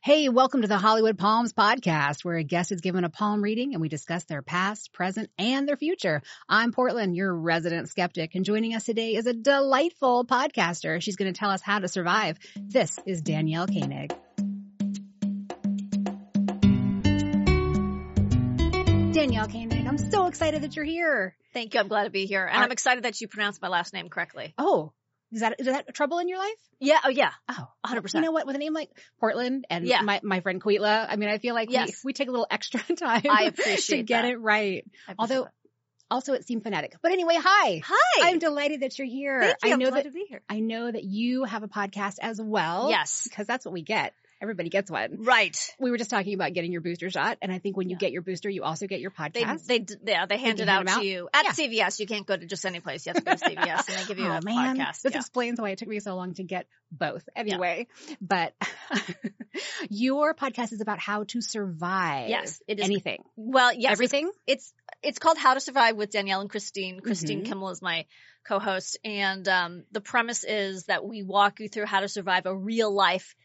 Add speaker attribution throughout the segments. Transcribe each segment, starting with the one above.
Speaker 1: Hey, welcome to the Hollywood Palms podcast, where a guest is given a palm reading and we discuss their past, present, and their future. I'm Portland, your resident skeptic, and joining us today is a delightful podcaster. She's going to tell us how to survive. This is Danielle Koenig. Danielle Koenig, I'm so excited that you're here.
Speaker 2: Thank you. I'm glad to be here. And
Speaker 1: Are-
Speaker 2: I'm excited that you pronounced my last name correctly.
Speaker 1: Oh, is that is that trouble in your life?
Speaker 2: Yeah. Oh, yeah.
Speaker 1: Oh,
Speaker 2: 100%.
Speaker 1: You know what? With a name like Portland and
Speaker 2: Yeah.
Speaker 1: my, my friend Quitla, I mean, I feel like
Speaker 2: Yes.
Speaker 1: we, we take a little extra time
Speaker 2: I
Speaker 1: to
Speaker 2: appreciate
Speaker 1: get
Speaker 2: that.
Speaker 1: it right.
Speaker 2: I appreciate
Speaker 1: Although-
Speaker 2: that.
Speaker 1: Also, it seemed phonetic. But anyway, hi.
Speaker 2: hi.
Speaker 1: I'm delighted that you're here.
Speaker 2: Thank you.
Speaker 1: I know
Speaker 2: am glad
Speaker 1: that
Speaker 2: to be here.
Speaker 1: I know that you have a podcast as well.
Speaker 2: Yes.
Speaker 1: Because that's what we get. Everybody gets one.
Speaker 2: Right.
Speaker 1: We were just talking about getting your booster shot. And I think when you
Speaker 2: Yeah.
Speaker 1: get your booster, you also get your
Speaker 2: They,
Speaker 1: podcast.
Speaker 2: they, d- yeah, they hand
Speaker 1: you
Speaker 2: it
Speaker 1: hand
Speaker 2: out
Speaker 1: them out?
Speaker 2: to you at
Speaker 1: Yeah.
Speaker 2: CVS. You can't go to just any place. You have to go to CVS and they give you
Speaker 1: oh
Speaker 2: a
Speaker 1: man,
Speaker 2: podcast.
Speaker 1: this
Speaker 2: Yeah.
Speaker 1: explains why it took me so long to get both. Anyway, but your podcast is about how to survive.
Speaker 2: Yes, it is.
Speaker 1: anything,
Speaker 2: well, yes, it's-
Speaker 1: everything.
Speaker 2: it's it's called How to Survive with Danielle and Christine. Christine
Speaker 1: Mhm.
Speaker 2: Kimmel is my co-host, and um, the premise is that we walk you through how to survive a real life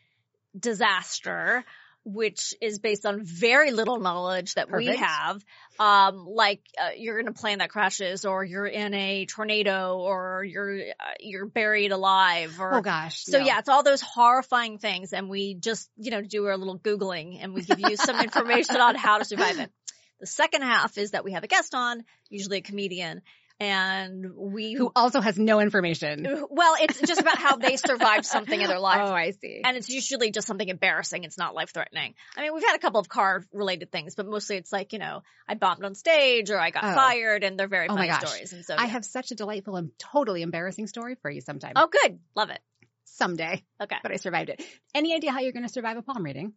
Speaker 2: disaster, which is based on very little knowledge that we
Speaker 1: Perfect.
Speaker 2: have. Um, like uh, you're in a plane that crashes, or you're in a tornado, or you're uh, you're buried alive, or
Speaker 1: Oh gosh.
Speaker 2: so
Speaker 1: no.
Speaker 2: yeah, it's all those horrifying things, and we just you know do our little googling, and we give you some information on how to survive it. The second half is that we have a guest on, usually a comedian, and we
Speaker 1: Who also has no information.
Speaker 2: well, it's just about how they survived something in their life.
Speaker 1: Oh, I see.
Speaker 2: And it's usually just something embarrassing. It's not life threatening. I mean, we've had a couple of car related things, but mostly it's like, you know, I bombed on stage or I got
Speaker 1: Oh.
Speaker 2: fired and they're very
Speaker 1: Oh my
Speaker 2: funny
Speaker 1: gosh.
Speaker 2: stories. And so,
Speaker 1: I
Speaker 2: yeah.
Speaker 1: have such a delightful and totally embarrassing story for you sometime.
Speaker 2: oh, good. Love it.
Speaker 1: Someday.
Speaker 2: Okay.
Speaker 1: But I survived it. Any idea how you're going to survive a palm reading?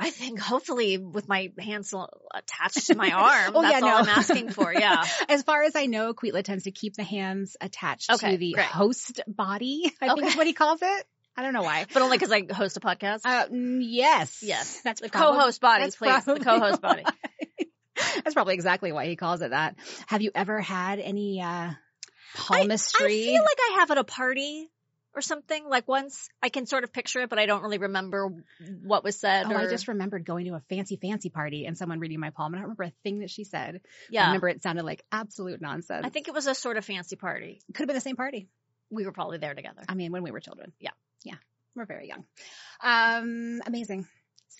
Speaker 2: I think hopefully with my hands l- attached to my arm.
Speaker 1: Oh, yeah,
Speaker 2: that's all
Speaker 1: no.
Speaker 2: I'm asking for. Yeah.
Speaker 1: As far as I know, Quitla tends to keep the hands attached
Speaker 2: Okay,
Speaker 1: to the
Speaker 2: great.
Speaker 1: host body, I think is
Speaker 2: Okay.
Speaker 1: what he calls it. I don't know why.
Speaker 2: But only because I host a podcast.
Speaker 1: Uh, mm, yes.
Speaker 2: Yes.
Speaker 1: That's
Speaker 2: the
Speaker 1: probably-
Speaker 2: co-host body,
Speaker 1: that's
Speaker 2: please. The
Speaker 1: probably
Speaker 2: co-host body.
Speaker 1: That's probably exactly why he calls it that. Have you ever had any uh palmistry?
Speaker 2: I feel like I have at a party or something. Like once I can sort of picture it, but I don't really remember what was said.
Speaker 1: Oh,
Speaker 2: or,
Speaker 1: I just remembered going to a fancy, fancy party and someone reading my palm, and I don't remember a thing that she said. I
Speaker 2: yeah.
Speaker 1: remember it sounded like absolute nonsense.
Speaker 2: I think it was a sort of fancy party.
Speaker 1: could have been the same party.
Speaker 2: We were probably there together.
Speaker 1: I mean, when we were children.
Speaker 2: Yeah.
Speaker 1: Yeah. We're very young. Um, amazing.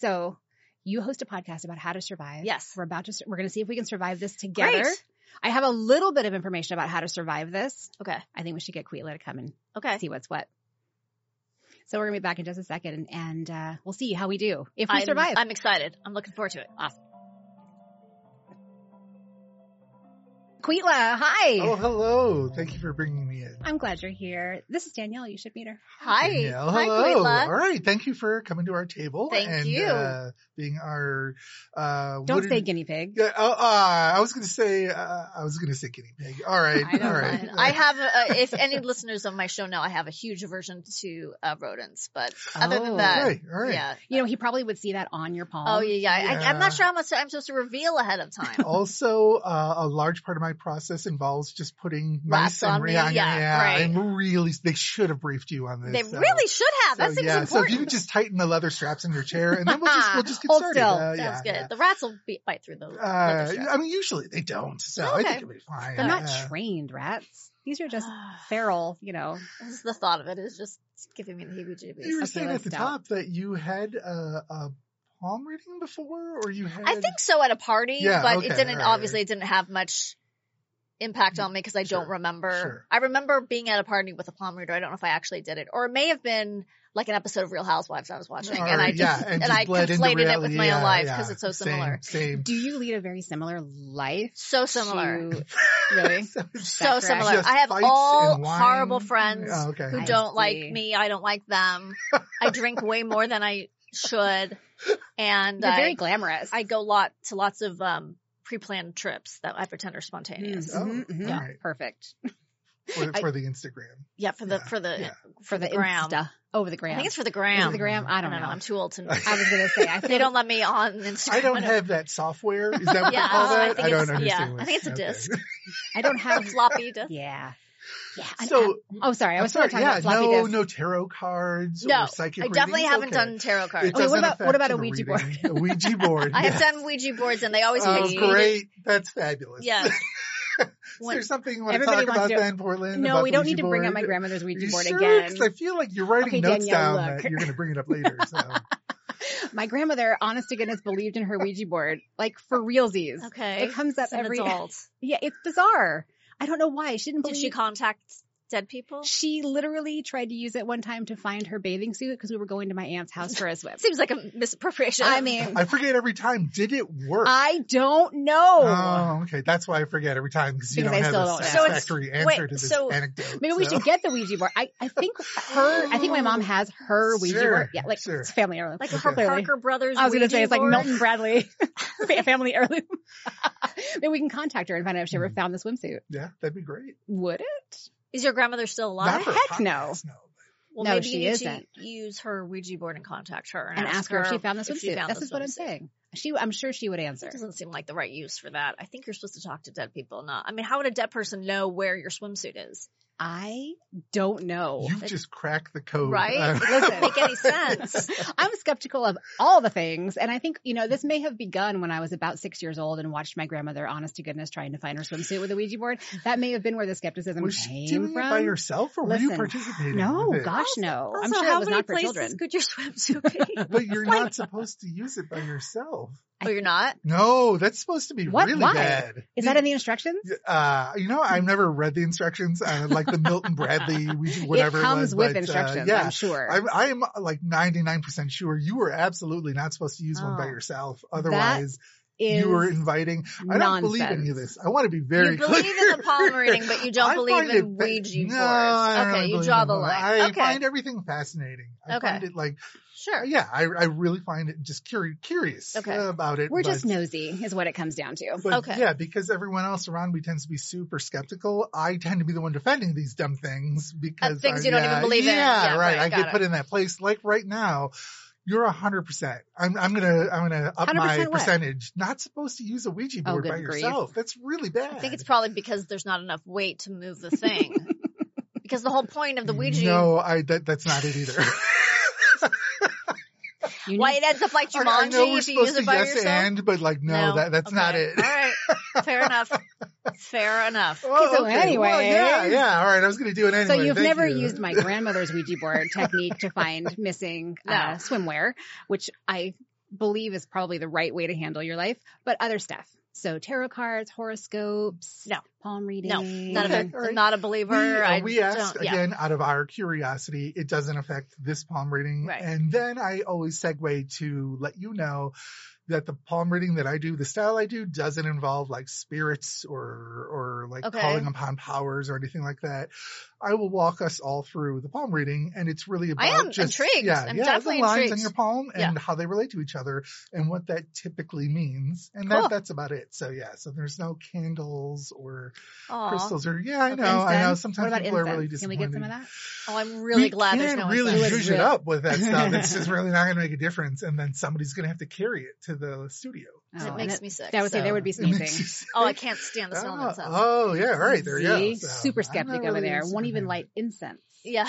Speaker 1: So you host a podcast about how to survive.
Speaker 2: Yes.
Speaker 1: We're about to, sur- we're going to see if we can survive this together.
Speaker 2: Great.
Speaker 1: I have a little bit of information about how to survive this.
Speaker 2: Okay.
Speaker 1: I think we should get Quitla to come and
Speaker 2: Okay.
Speaker 1: see what's what. So we're going to be back in just a second and, uh, we'll see how we do if we
Speaker 2: I'm,
Speaker 1: survive.
Speaker 2: I'm excited. I'm looking forward to it. Awesome.
Speaker 1: Quitla, hi.
Speaker 3: Oh, hello. Thank you for bringing me in.
Speaker 1: I'm glad you're here. This is Danielle. You should meet her.
Speaker 2: Hi.
Speaker 3: Danielle,
Speaker 2: Hi,
Speaker 3: hello.
Speaker 2: Quila.
Speaker 3: All right. Thank you for coming to our table.
Speaker 2: Thank
Speaker 3: and,
Speaker 2: you.
Speaker 3: Uh, being our. Uh,
Speaker 1: Don't
Speaker 3: wooden-
Speaker 1: say guinea pig.
Speaker 3: Yeah, oh, uh, I was going to say. Uh, I was going to say guinea pig. All right.
Speaker 1: I don't
Speaker 3: all right.
Speaker 2: Fine. I have, a, if any listeners of my show know, I have a huge aversion to uh, rodents, but other than
Speaker 3: Oh,
Speaker 2: that,
Speaker 3: Okay. All right.
Speaker 2: yeah.
Speaker 1: You know, he probably would see that on your palm.
Speaker 2: Oh yeah, yeah. I, I'm
Speaker 3: Yeah. Oh,
Speaker 2: not sure how much I'm supposed to reveal ahead of time.
Speaker 3: Also, uh, a large part of my process involves just putting
Speaker 2: Rats
Speaker 3: mice and
Speaker 2: on me,
Speaker 3: Rihanna.
Speaker 2: yeah, right.
Speaker 3: I'm really. They should have briefed you on this.
Speaker 2: They
Speaker 3: so-
Speaker 2: really should have.
Speaker 3: uh, So,
Speaker 2: that seems
Speaker 3: yeah.
Speaker 2: important.
Speaker 3: So if you could just tighten the leather straps in your chair, and then we'll just we'll just get
Speaker 1: Hold
Speaker 3: started.
Speaker 1: still.
Speaker 3: Uh,
Speaker 2: Sounds
Speaker 3: yeah,
Speaker 2: good.
Speaker 3: yeah.
Speaker 2: The rats will be, bite through the leather
Speaker 3: Uh,
Speaker 2: strap.
Speaker 3: I mean, usually they don't, so I
Speaker 2: Okay.
Speaker 3: think it'll be fine. Uh,
Speaker 1: They're not
Speaker 3: Yeah.
Speaker 1: trained rats. These are just feral, you know.
Speaker 2: Just the thought of it is just giving me the heebie-jeebies.
Speaker 3: You were
Speaker 1: Okay,
Speaker 3: saying
Speaker 1: let's
Speaker 3: at the
Speaker 1: stop.
Speaker 3: top that you had a, a palm reading before, or you had.
Speaker 2: I think so at a party,
Speaker 3: Yeah,
Speaker 2: but
Speaker 3: okay,
Speaker 2: it didn't
Speaker 3: all right.
Speaker 2: obviously it didn't have much impact on me because I don't
Speaker 3: Sure,
Speaker 2: remember.
Speaker 3: sure.
Speaker 2: I remember being at a party with a palm reader. I don't know if I actually did it, or it may have been like an episode of Real Housewives I was watching,
Speaker 3: All
Speaker 2: and I
Speaker 3: right,
Speaker 2: just
Speaker 3: yeah,
Speaker 2: and,
Speaker 3: just
Speaker 2: I
Speaker 3: bled into
Speaker 2: conflated it with
Speaker 3: reality,
Speaker 2: my own
Speaker 3: yeah,
Speaker 2: life because
Speaker 3: yeah,
Speaker 2: it's so
Speaker 3: same,
Speaker 2: similar,
Speaker 3: Same.
Speaker 1: Do you lead a very similar life?
Speaker 2: so similar,
Speaker 1: to- really?
Speaker 2: so
Speaker 1: correct?
Speaker 2: similar.
Speaker 3: Just
Speaker 2: I have
Speaker 3: fights
Speaker 2: all
Speaker 3: and wine.
Speaker 2: horrible friends
Speaker 3: Oh, okay.
Speaker 2: who
Speaker 1: I
Speaker 2: don't
Speaker 1: see.
Speaker 2: like me. I don't like them. I drink way more than I should, and
Speaker 1: You're
Speaker 2: I
Speaker 1: very glamorous.
Speaker 2: I go lot to lots of um pre-planned trips that I pretend are spontaneous.
Speaker 3: Oh,
Speaker 1: Mhm, mhm.
Speaker 3: all right.
Speaker 1: Perfect.
Speaker 3: for,
Speaker 1: I-
Speaker 3: for the Instagram.
Speaker 2: Yeah, for the
Speaker 3: Yeah,
Speaker 2: for the
Speaker 3: yeah.
Speaker 1: For the
Speaker 2: gram.
Speaker 1: Insta. Over the
Speaker 2: I
Speaker 1: gram.
Speaker 2: think it's for the
Speaker 1: Is it
Speaker 2: gram.
Speaker 1: the gram? I
Speaker 2: I
Speaker 1: don't,
Speaker 2: don't know.
Speaker 1: know.
Speaker 2: I'm too old to. know.
Speaker 1: I was going to say, I
Speaker 2: they
Speaker 1: feel
Speaker 2: don't let me on Instagram.
Speaker 3: I don't have that software. Is that what
Speaker 2: Yeah,
Speaker 3: they call
Speaker 2: I
Speaker 3: that?
Speaker 2: think
Speaker 3: I, don't
Speaker 2: it's- yeah,
Speaker 3: understand.
Speaker 2: I think it's a disc.
Speaker 1: I don't
Speaker 2: a
Speaker 1: have.
Speaker 2: floppy disk.
Speaker 1: Yeah.
Speaker 2: Yeah. an
Speaker 3: So,
Speaker 2: app.
Speaker 1: Oh, sorry. I
Speaker 3: I'm
Speaker 1: was still
Speaker 3: sorry,
Speaker 1: talking
Speaker 3: yeah,
Speaker 1: about floppy
Speaker 3: no,
Speaker 1: disks.
Speaker 3: no tarot cards
Speaker 2: No,
Speaker 3: or psychic
Speaker 2: I definitely
Speaker 3: readings?
Speaker 2: haven't
Speaker 3: Okay.
Speaker 2: done tarot
Speaker 3: It
Speaker 2: cards.
Speaker 1: Wait, what
Speaker 3: doesn't
Speaker 1: about- what
Speaker 3: affect
Speaker 1: about a
Speaker 3: the
Speaker 1: Ouija
Speaker 3: reading. A Ouija board.
Speaker 2: I have
Speaker 3: yes.
Speaker 2: done Ouija boards and they always
Speaker 3: Oh,
Speaker 2: make me.
Speaker 3: great. That's fabulous.
Speaker 2: Yeah.
Speaker 3: Is there something you want to
Speaker 1: Everybody
Speaker 3: talk
Speaker 1: wants
Speaker 3: about
Speaker 1: to-
Speaker 3: then, Portland?
Speaker 1: No,
Speaker 3: about
Speaker 1: we
Speaker 3: the
Speaker 1: don't
Speaker 3: Ouija
Speaker 1: need to bring up my
Speaker 3: board?
Speaker 1: grandmother's
Speaker 3: Are
Speaker 1: Ouija
Speaker 3: you
Speaker 1: board
Speaker 3: sure?
Speaker 1: again.
Speaker 3: 'Cause I feel like you're writing
Speaker 1: Okay,
Speaker 3: notes
Speaker 1: Danielle,
Speaker 3: down
Speaker 1: look.
Speaker 3: that you're going to bring it up later. So.
Speaker 1: My grandmother, honest to goodness, believed in her Ouija board, like for realsies.
Speaker 2: okay.
Speaker 1: It comes up
Speaker 2: It's an
Speaker 1: every.
Speaker 2: adult.
Speaker 1: Yeah, it's bizarre. I don't know why. She didn't
Speaker 2: Did
Speaker 1: believe.
Speaker 2: she contact dead people?
Speaker 1: She literally tried to use it one time to find her bathing suit because we were going to my aunt's house for a swim.
Speaker 2: Seems like a misappropriation.
Speaker 1: I mean,
Speaker 3: I forget every time. Did it work?
Speaker 1: I don't know.
Speaker 3: Oh, okay. That's why I forget every time because you
Speaker 1: Because
Speaker 3: don't
Speaker 1: I
Speaker 3: have
Speaker 1: still
Speaker 3: a
Speaker 1: don't know.
Speaker 2: So it's-
Speaker 3: satisfactory
Speaker 2: wait,
Speaker 3: answer to this
Speaker 2: so
Speaker 3: anecdote.
Speaker 1: Maybe we
Speaker 3: so- Oh,
Speaker 1: should get the Ouija board. I, I think her. I think my mom has her Ouija
Speaker 3: Sure,
Speaker 1: board. Yeah, like
Speaker 3: sure.
Speaker 1: it's family heirloom.
Speaker 2: like
Speaker 3: Okay.
Speaker 2: her Parker Brothers.
Speaker 1: I was going to say
Speaker 2: Ouija
Speaker 1: it's like
Speaker 2: board.
Speaker 1: Milton Bradley fa- family heirloom. Maybe we can contact her and find out if she ever
Speaker 3: Mhm.
Speaker 1: found this swimsuit.
Speaker 3: Yeah, that'd be great.
Speaker 1: Would it?
Speaker 2: Is your grandmother still
Speaker 3: Not
Speaker 2: alive?
Speaker 3: for a
Speaker 1: Heck no.
Speaker 3: podcast, no.
Speaker 2: Well,
Speaker 1: No,
Speaker 2: maybe
Speaker 1: she
Speaker 2: you need
Speaker 1: isn't.
Speaker 2: to use her Ouija board and contact her and,
Speaker 1: And ask her if she found the
Speaker 2: if she
Speaker 1: swimsuit.
Speaker 2: found
Speaker 1: This
Speaker 2: the
Speaker 1: is what I'm
Speaker 2: swimsuit.
Speaker 1: saying. She, I'm sure she would answer.
Speaker 2: It doesn't seem like the right use for that. I think you're supposed to talk to dead people, not. I mean, how would a dead person know where your swimsuit is?
Speaker 1: I don't know.
Speaker 3: You've just cracked the code.
Speaker 2: Right?
Speaker 3: Uh,
Speaker 2: It doesn't make any sense.
Speaker 1: I'm skeptical of all the things. And I think, you know, this may have begun when I was about six years old and watched my grandmother, honest to goodness, trying to find her swimsuit with a Ouija board. That may have been where the skepticism
Speaker 3: was
Speaker 1: came
Speaker 3: she doing
Speaker 1: from.
Speaker 3: it by herself or were
Speaker 1: Listen,
Speaker 3: you participating?
Speaker 1: no,
Speaker 3: with it?
Speaker 1: gosh, no. I'm
Speaker 2: Also,
Speaker 1: sure
Speaker 2: how
Speaker 1: it was
Speaker 2: many
Speaker 1: not for
Speaker 2: places
Speaker 1: children.
Speaker 2: could your swimsuit be?
Speaker 3: But you're
Speaker 2: Like-
Speaker 3: not supposed to use it by yourself.
Speaker 2: oh, you're not.
Speaker 3: No, that's supposed to be
Speaker 1: What?
Speaker 3: really
Speaker 1: Why?
Speaker 3: bad.
Speaker 1: Is that in the instructions?
Speaker 3: Uh, you know, I've never read the instructions on like the Milton Bradley, Ouija- whatever
Speaker 1: it
Speaker 3: it
Speaker 1: comes
Speaker 3: was,
Speaker 1: with
Speaker 3: but, uh,
Speaker 1: instructions,
Speaker 3: yeah,
Speaker 1: I'm sure.
Speaker 3: I'm, I'm like 99% sure you were absolutely not supposed to use one by
Speaker 2: Oh.
Speaker 3: yourself. Otherwise,
Speaker 1: Is
Speaker 3: you were inviting. I don't believe any of
Speaker 1: nonsense.
Speaker 3: this. I want to be very
Speaker 2: you believe in the
Speaker 3: clear.
Speaker 2: palm reading, but you don't
Speaker 3: I
Speaker 2: believe
Speaker 3: find
Speaker 2: in
Speaker 3: it fa-
Speaker 2: Ouija
Speaker 3: No, I
Speaker 2: boards.
Speaker 3: don't
Speaker 2: Okay,
Speaker 3: really
Speaker 2: you
Speaker 3: believe
Speaker 2: draw
Speaker 3: in
Speaker 2: the
Speaker 3: them.
Speaker 2: line.
Speaker 3: I
Speaker 2: okay,
Speaker 3: find everything fascinating. I
Speaker 2: Okay.
Speaker 3: find it like,
Speaker 2: sure.
Speaker 3: yeah, I, I really find it just curi- curious
Speaker 2: Okay.
Speaker 3: about it.
Speaker 1: We're
Speaker 3: but-
Speaker 1: just nosy, is what it comes down to.
Speaker 3: but
Speaker 2: Okay.
Speaker 3: yeah, because everyone else around me tends to be super skeptical, I tend to be the one defending these dumb things because
Speaker 2: Uh, things
Speaker 3: I-
Speaker 2: you don't
Speaker 3: yeah,
Speaker 2: even believe in.
Speaker 3: yeah,
Speaker 2: Yeah,
Speaker 3: right.
Speaker 2: right,
Speaker 3: I
Speaker 2: got
Speaker 3: get
Speaker 2: it.
Speaker 3: put in that place. Like right now, you're a hundred percent. I'm I'm gonna I'm gonna up my
Speaker 1: 100% what?
Speaker 3: percentage. Not supposed to use a Ouija
Speaker 1: Oh,
Speaker 3: board
Speaker 1: good
Speaker 3: by
Speaker 1: grief.
Speaker 3: yourself. That's really bad.
Speaker 2: I think it's probably because there's not enough weight to move the thing. because the whole point of the Ouija,
Speaker 3: No, I that, that's not it either.
Speaker 1: You
Speaker 2: why
Speaker 1: need-
Speaker 2: it ends up like
Speaker 3: Like, I know
Speaker 2: Jumanji
Speaker 3: we're
Speaker 2: if you use
Speaker 3: supposed to
Speaker 2: it by
Speaker 3: yes
Speaker 2: yourself.
Speaker 3: and, but like no, that that's not
Speaker 2: Okay.
Speaker 3: it.
Speaker 2: All right, fair enough. Fair enough.
Speaker 3: Oh,
Speaker 1: so
Speaker 3: Well, yeah,
Speaker 1: anyways-
Speaker 3: yeah. All right, I was gonna do it anyway.
Speaker 1: so you've
Speaker 3: Thank
Speaker 1: never
Speaker 3: you.
Speaker 1: used my grandmother's Ouija board technique to find missing uh,
Speaker 2: No.
Speaker 1: swimwear, which I believe is probably the right way to handle your life, but other stuff. So tarot cards, horoscopes,
Speaker 2: No.
Speaker 1: palm reading.
Speaker 2: No, none of
Speaker 3: Okay,
Speaker 2: it.
Speaker 3: all right.
Speaker 2: Not a believer.
Speaker 3: We, uh,
Speaker 2: I
Speaker 3: we asked
Speaker 2: don't, yeah.
Speaker 3: again out of our curiosity. It doesn't affect this palm reading.
Speaker 2: Right.
Speaker 3: And then I always segue to let you know that the palm reading that I do, the style I do, doesn't involve like spirits or or like
Speaker 2: Okay.
Speaker 3: calling upon powers or anything like that. I will walk us all through the palm reading, and it's really about
Speaker 2: I am
Speaker 3: just
Speaker 2: intrigued.
Speaker 3: yeah,
Speaker 2: I'm
Speaker 3: yeah,
Speaker 2: definitely
Speaker 3: the lines
Speaker 2: intrigued.
Speaker 3: on your palm
Speaker 2: Yeah.
Speaker 3: and how they relate to each other and what that typically means. And
Speaker 2: Cool.
Speaker 3: that that's about it. So yeah, so there's no candles or
Speaker 2: Aw.
Speaker 3: crystals are yeah i
Speaker 1: Or
Speaker 3: know i know
Speaker 1: incense?
Speaker 3: sometimes
Speaker 1: what about
Speaker 3: people
Speaker 1: incense?
Speaker 3: are really
Speaker 1: Can we
Speaker 3: disappointed
Speaker 1: get some of that?
Speaker 2: Oh, I'm really
Speaker 3: We
Speaker 2: glad there's
Speaker 3: can
Speaker 2: no
Speaker 3: really
Speaker 2: incense.
Speaker 3: zhuzh it up with that stuff it's just really not gonna make a difference and then somebody's gonna have to carry it to the studio
Speaker 1: Oh,
Speaker 2: It
Speaker 1: and
Speaker 2: makes
Speaker 1: it-
Speaker 2: me sick.
Speaker 1: that would say
Speaker 2: so-
Speaker 1: there would be
Speaker 3: It makes
Speaker 1: sneezing.
Speaker 3: you sick.
Speaker 2: Oh, I can't stand the smell of
Speaker 3: oh,
Speaker 2: incense.
Speaker 3: oh, yeah all right there
Speaker 1: See?
Speaker 3: you go So,
Speaker 1: Super
Speaker 3: I'm not
Speaker 1: skeptic over
Speaker 3: really
Speaker 1: there.
Speaker 3: super
Speaker 1: Won't even
Speaker 3: fan.
Speaker 1: light incense.
Speaker 2: Yeah.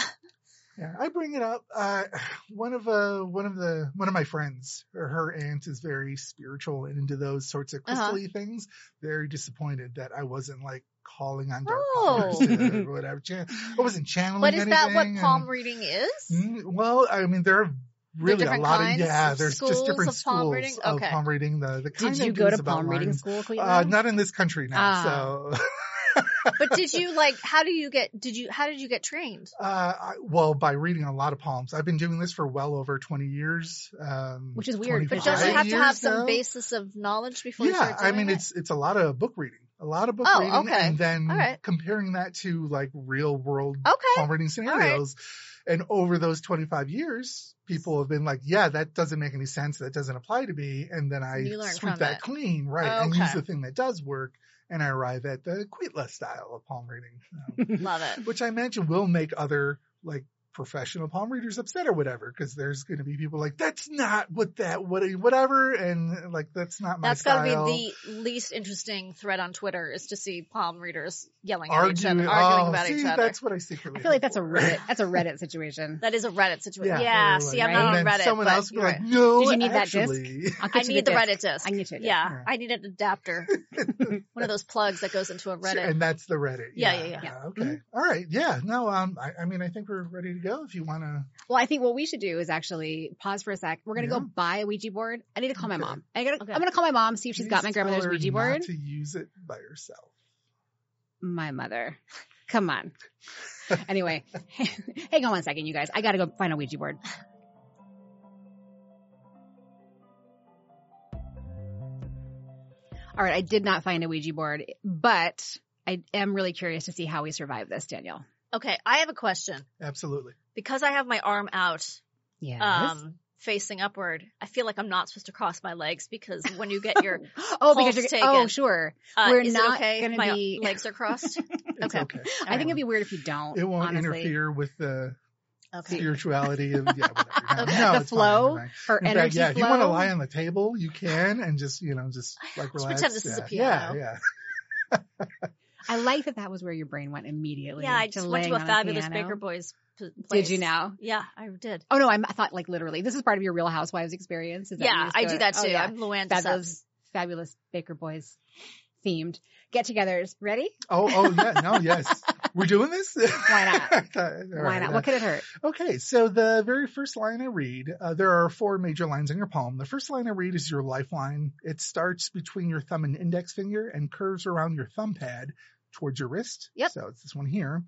Speaker 3: yeah i bring it up uh one of uh one of the one of my friends her, her aunt is very spiritual and into those sorts of
Speaker 2: Uh-huh.
Speaker 3: crystally things very disappointed that i wasn't like calling on dark
Speaker 2: Oh.
Speaker 3: powers to- or whatever chan- i wasn't channeling
Speaker 2: But is that what
Speaker 3: anything and-
Speaker 2: palm reading is?
Speaker 3: Mm, Well, I mean, there are really a
Speaker 2: different
Speaker 3: lot
Speaker 2: kinds?
Speaker 3: of yeah. There's
Speaker 2: Schools
Speaker 3: just different
Speaker 2: of palm
Speaker 3: schools
Speaker 2: reading?
Speaker 3: of
Speaker 2: Okay.
Speaker 3: palm reading. The the kind
Speaker 1: Did
Speaker 3: I
Speaker 1: you
Speaker 3: do
Speaker 1: go
Speaker 3: is
Speaker 1: to
Speaker 3: about
Speaker 1: palm reading
Speaker 3: learning-
Speaker 1: school,
Speaker 3: Uh,
Speaker 1: Cleveland?
Speaker 3: not in this country now.
Speaker 1: Ah.
Speaker 3: So,
Speaker 2: But did you like? How do you get? Did you? How did you get trained?
Speaker 3: uh, I, well, by reading a lot of palms, I've been doing this for well over 20 years. Um,
Speaker 1: Which is weird,
Speaker 2: But
Speaker 1: Five
Speaker 2: don't you have to
Speaker 3: years
Speaker 2: have some
Speaker 3: now?
Speaker 2: basis of knowledge before you
Speaker 3: Yeah,
Speaker 2: start
Speaker 3: I
Speaker 2: doing
Speaker 3: mean,
Speaker 2: it?
Speaker 3: it's it's a lot of book reading, a lot of book
Speaker 2: Oh,
Speaker 3: reading,
Speaker 2: okay.
Speaker 3: and then
Speaker 2: All right.
Speaker 3: comparing that to like real world
Speaker 2: okay.
Speaker 3: palm reading scenarios. And over those 25 years, people have been like, yeah, that doesn't make any sense. That doesn't apply to me. And then I
Speaker 2: You learn
Speaker 3: sweep
Speaker 2: from
Speaker 3: that
Speaker 2: it.
Speaker 3: clean, right? And
Speaker 2: Okay.
Speaker 3: use the thing that does work. And I arrive at the Quitla style of palm reading, um,
Speaker 2: Love it.
Speaker 3: which I imagine will make other like professional palm readers upset or whatever because there's going to be people like that's not what that what whatever and like that's not my
Speaker 2: That's got
Speaker 3: style.
Speaker 2: to be the least interesting thread on Twitter is to see palm readers yelling at each
Speaker 3: Argue-
Speaker 2: other, arguing
Speaker 3: oh,
Speaker 2: about
Speaker 3: see,
Speaker 2: each other.
Speaker 3: That's what I secretly.
Speaker 1: I feel like
Speaker 3: hope
Speaker 1: that's a
Speaker 3: for.
Speaker 1: Reddit. That's a Reddit situation.
Speaker 2: That is a Reddit situation. Yeah,
Speaker 3: or
Speaker 2: see, I'm
Speaker 3: like-
Speaker 1: right?
Speaker 2: not
Speaker 3: and
Speaker 2: on
Speaker 3: then
Speaker 2: Reddit.
Speaker 3: Someone
Speaker 2: but
Speaker 3: else would be
Speaker 2: you're
Speaker 3: like,
Speaker 2: right.
Speaker 3: "No,
Speaker 1: Did you need that disc?
Speaker 3: actually.
Speaker 1: I'll get
Speaker 2: I
Speaker 1: you
Speaker 2: need the
Speaker 1: disc.
Speaker 2: Reddit disk.
Speaker 1: I can get you. a disc.
Speaker 2: yeah,
Speaker 3: Yeah.
Speaker 2: I need an adapter, one of those plugs that goes into a Reddit.
Speaker 3: And that's the Reddit.
Speaker 2: Yeah, yeah, Mm-hmm.
Speaker 1: yeah.
Speaker 3: Okay. All right. Yeah. No. Um. I, I mean, I think we're ready to go. If you want to.
Speaker 1: Well, I think what we should do is actually pause for a sec. We're gonna go
Speaker 3: Yeah.
Speaker 1: buy a Ouija board. I need to call my
Speaker 3: Okay.
Speaker 1: mom. I gotta,
Speaker 2: Okay.
Speaker 1: I'm gonna call my mom see if she's got my grandmother's Ouija board.
Speaker 3: To use it by herself.
Speaker 1: My mother. Come on. anyway, hang on one second, you guys. I gotta go find a Ouija board. All right, I did not find a Ouija board, but I am really curious to see how we survive this, Danielle.
Speaker 2: Okay, I have a question
Speaker 3: Absolutely.
Speaker 2: because I have my arm out,
Speaker 1: Yes.
Speaker 2: um, facing upward. I feel like I'm not supposed to cross my legs because when you get your,
Speaker 1: oh, because
Speaker 2: pulse
Speaker 1: you're
Speaker 2: taken.
Speaker 1: oh sure.
Speaker 2: uh,
Speaker 1: We're
Speaker 2: is
Speaker 1: not
Speaker 2: it okay if
Speaker 1: gonna
Speaker 2: my
Speaker 1: be-
Speaker 2: legs are crossed?
Speaker 3: It's
Speaker 2: Okay.
Speaker 3: okay.
Speaker 1: I think it'd be weird if you don't.
Speaker 3: It won't
Speaker 1: honestly.
Speaker 3: interfere with the
Speaker 2: Okay.
Speaker 3: spirituality of yeah, whatever. No,
Speaker 2: Okay.
Speaker 3: no,
Speaker 1: The
Speaker 3: it's fine,
Speaker 1: flow?
Speaker 3: never mind.
Speaker 1: Her
Speaker 3: In
Speaker 1: energy
Speaker 3: fact, yeah, if you
Speaker 1: flow.
Speaker 3: want to lie on the table, you can, and just you know, just
Speaker 2: Just
Speaker 3: like relax.
Speaker 2: pretend this is a
Speaker 3: yeah.
Speaker 2: piano.
Speaker 3: Yeah,
Speaker 1: I like that that was where your brain went immediately.
Speaker 2: Yeah, I just went to a
Speaker 1: laying on
Speaker 2: fabulous
Speaker 1: piano.
Speaker 2: Baker Boys p- place.
Speaker 1: Did you now?
Speaker 2: Yeah, I did.
Speaker 1: Oh no, I'm, I thought like literally. This is part of your Real Housewives experience. Is that you
Speaker 2: yeah,
Speaker 1: just
Speaker 2: I
Speaker 1: go-
Speaker 2: do that too.
Speaker 1: Oh, yeah.
Speaker 2: I'm Luann
Speaker 1: That
Speaker 2: Dissepps.
Speaker 1: Fabulous Baker Boys themed get-togethers. Ready?
Speaker 3: Oh, oh, yeah. No, yes. We're doing this?
Speaker 1: Why not?
Speaker 3: I thought- all
Speaker 1: Why
Speaker 3: right,
Speaker 1: not?
Speaker 3: yeah.
Speaker 1: What could it hurt?
Speaker 3: Okay, so the very first line I read, uh, there are four major lines in your palm. The first line I read is your lifeline. It starts between your thumb and index finger and curves around your thumb pad towards your wrist.
Speaker 2: Yep.
Speaker 3: So it's this one here.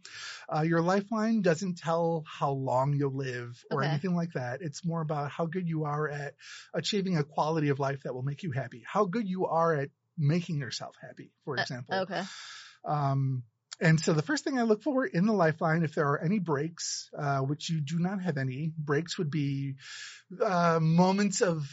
Speaker 3: Uh, your lifeline doesn't tell how long you'll live or
Speaker 2: Okay.
Speaker 3: anything like that. It's more about how good you are at achieving a quality of life that will make you happy, how good you are at making yourself happy, for
Speaker 2: Uh,
Speaker 3: example.
Speaker 2: Okay.
Speaker 3: Um, and so the first thing I look for in the lifeline, if there are any breaks, uh, which you do not have any, breaks would be uh, moments of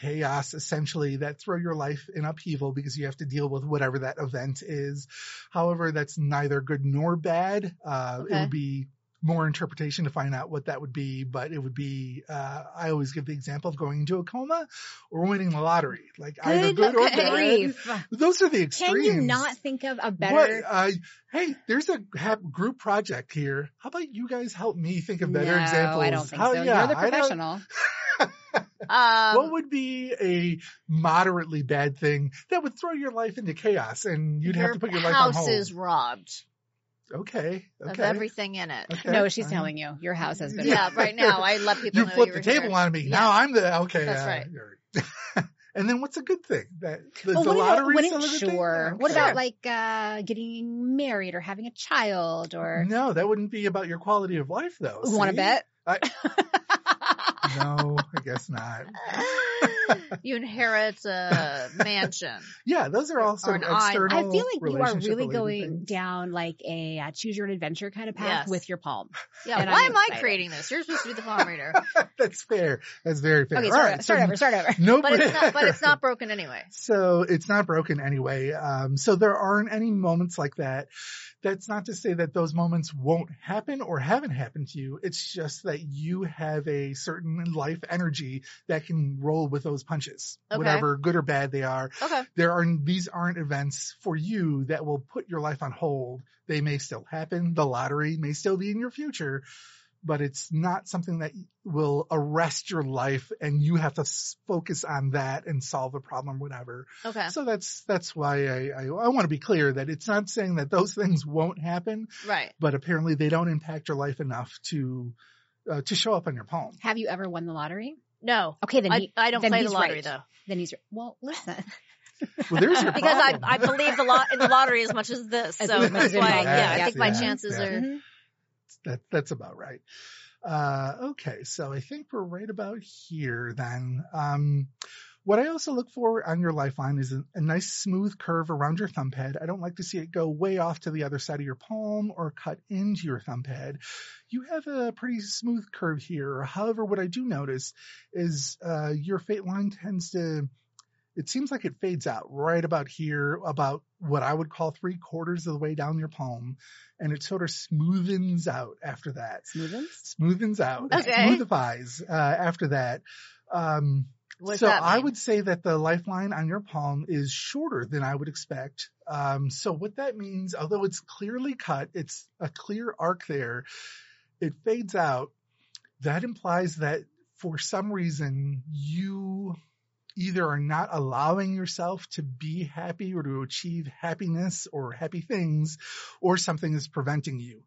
Speaker 3: chaos essentially that throw your life in upheaval because you have to deal with whatever that event is. However, that's neither good nor bad. Uh, It
Speaker 2: Okay.
Speaker 3: would be more interpretation to find out what that would be, but it would be, uh, I always give the example of going into a coma or winning the lottery. Like either good or
Speaker 2: Okay.
Speaker 3: bad.
Speaker 1: grief.
Speaker 3: Those are the
Speaker 1: Can
Speaker 3: extremes.
Speaker 1: you not think of a better?
Speaker 3: What, uh, hey, there's a ha- group project here. How about you guys help me think of better
Speaker 1: no,
Speaker 3: examples?
Speaker 1: I don't think
Speaker 3: How-
Speaker 1: so.
Speaker 3: yeah,
Speaker 1: You're the
Speaker 3: I don't-
Speaker 1: professional.
Speaker 2: Um,
Speaker 3: what would be a moderately bad thing that would throw your life into chaos and you'd have to put your life on
Speaker 2: house
Speaker 3: hold?
Speaker 2: is robbed
Speaker 3: Okay.
Speaker 2: of
Speaker 3: Okay.
Speaker 2: everything in it.
Speaker 3: okay,
Speaker 1: No, she's
Speaker 3: uh,
Speaker 1: telling you. Your house has been.
Speaker 2: Yeah,
Speaker 3: Yeah.
Speaker 2: right now I let people
Speaker 3: You
Speaker 2: know
Speaker 3: flipped
Speaker 2: you
Speaker 3: the
Speaker 2: were
Speaker 3: table
Speaker 2: here.
Speaker 3: on me.
Speaker 2: Yeah.
Speaker 3: Now I'm the okay.
Speaker 2: That's
Speaker 3: uh,
Speaker 2: right.
Speaker 3: you're- and then what's a good thing? That the,
Speaker 1: Well,
Speaker 3: the
Speaker 1: what about,
Speaker 3: lottery
Speaker 1: what
Speaker 3: still a
Speaker 1: if-
Speaker 3: good thing?
Speaker 1: sure.
Speaker 3: Yeah,
Speaker 1: What
Speaker 3: okay.
Speaker 1: about like uh, getting married or having a child or
Speaker 3: No, that wouldn't be about your quality of life though.
Speaker 1: want to
Speaker 3: Mm-hmm. see?
Speaker 1: bet?
Speaker 3: No, I guess not.
Speaker 2: you inherit a mansion.
Speaker 3: Yeah, those are also
Speaker 2: Or an eye-
Speaker 3: external.
Speaker 1: I feel like you are
Speaker 3: relationship
Speaker 1: really
Speaker 3: related
Speaker 1: going
Speaker 3: things.
Speaker 1: down like a uh, choose your own adventure kind of path
Speaker 2: Yes.
Speaker 1: with your palm.
Speaker 2: Yeah,
Speaker 1: And
Speaker 2: why
Speaker 1: I'm
Speaker 2: am I
Speaker 1: excited.
Speaker 2: creating this? You're supposed to be the palm reader,
Speaker 3: That's fair. That's very fair.
Speaker 1: Okay,
Speaker 3: All
Speaker 1: start,
Speaker 3: right,
Speaker 1: start
Speaker 3: so
Speaker 1: over, start over.
Speaker 3: No,
Speaker 2: but it's not. But it's not broken anyway.
Speaker 3: So it's not broken anyway. Um, so there aren't any moments like that. That's not to say that those moments won't happen or haven't happened to you. It's just that you have a certain life energy that can roll with those punches,
Speaker 2: Okay.
Speaker 3: whatever good or bad they are.
Speaker 2: Okay.
Speaker 3: There are these aren't events for you that will put your life on hold. They may still happen. The lottery may still be in your future, but it's not something that will arrest your life and you have to s- focus on that and solve a problem, whatever.
Speaker 2: Okay.
Speaker 3: So that's, that's why I, I, I want to be clear that it's not saying that those things won't happen,
Speaker 2: Right.
Speaker 3: but apparently they don't impact your life enough to, uh, to show up on your palm.
Speaker 1: Have you ever won the lottery?
Speaker 2: No,
Speaker 1: Okay, then
Speaker 2: I,
Speaker 1: he,
Speaker 2: I don't
Speaker 1: then
Speaker 2: play the
Speaker 1: he's
Speaker 2: lottery
Speaker 1: right.
Speaker 2: though
Speaker 1: then he's well. Listen,
Speaker 3: Well, there's your
Speaker 2: because I
Speaker 3: problem.
Speaker 2: I believe the lot in the lottery as much as this.
Speaker 1: As
Speaker 2: So
Speaker 1: much as
Speaker 2: that's
Speaker 1: it
Speaker 2: why.
Speaker 1: is.
Speaker 2: Yeah, I
Speaker 1: Yeah,
Speaker 2: think my
Speaker 3: yeah,
Speaker 2: chances
Speaker 3: yeah.
Speaker 2: are.
Speaker 1: Mhm.
Speaker 3: that that's about right. Uh, okay, so I think we're right about here then. Um, what I also look for on your lifeline is a, a nice smooth curve around your thumb pad. I don't like to see it go way off to the other side of your palm or cut into your thumb pad. You have a pretty smooth curve here. However, what I do notice is uh, your fate line tends to it seems like it fades out right about here, about what I would call three quarters of the way down your palm, and it sort of smoothens out after that.
Speaker 1: Smoothens?
Speaker 3: Smoothens out,
Speaker 2: Okay.
Speaker 3: smoothifies uh, after that. Um,
Speaker 2: What's
Speaker 3: so
Speaker 2: that
Speaker 3: I
Speaker 2: mean?
Speaker 3: would say that the lifeline on your palm is shorter than I would expect. Um, so what that means, although it's clearly cut, it's a clear arc there. It fades out. That implies that for some reason you either are not allowing yourself to be happy or to achieve happiness or happy things, or something is preventing you.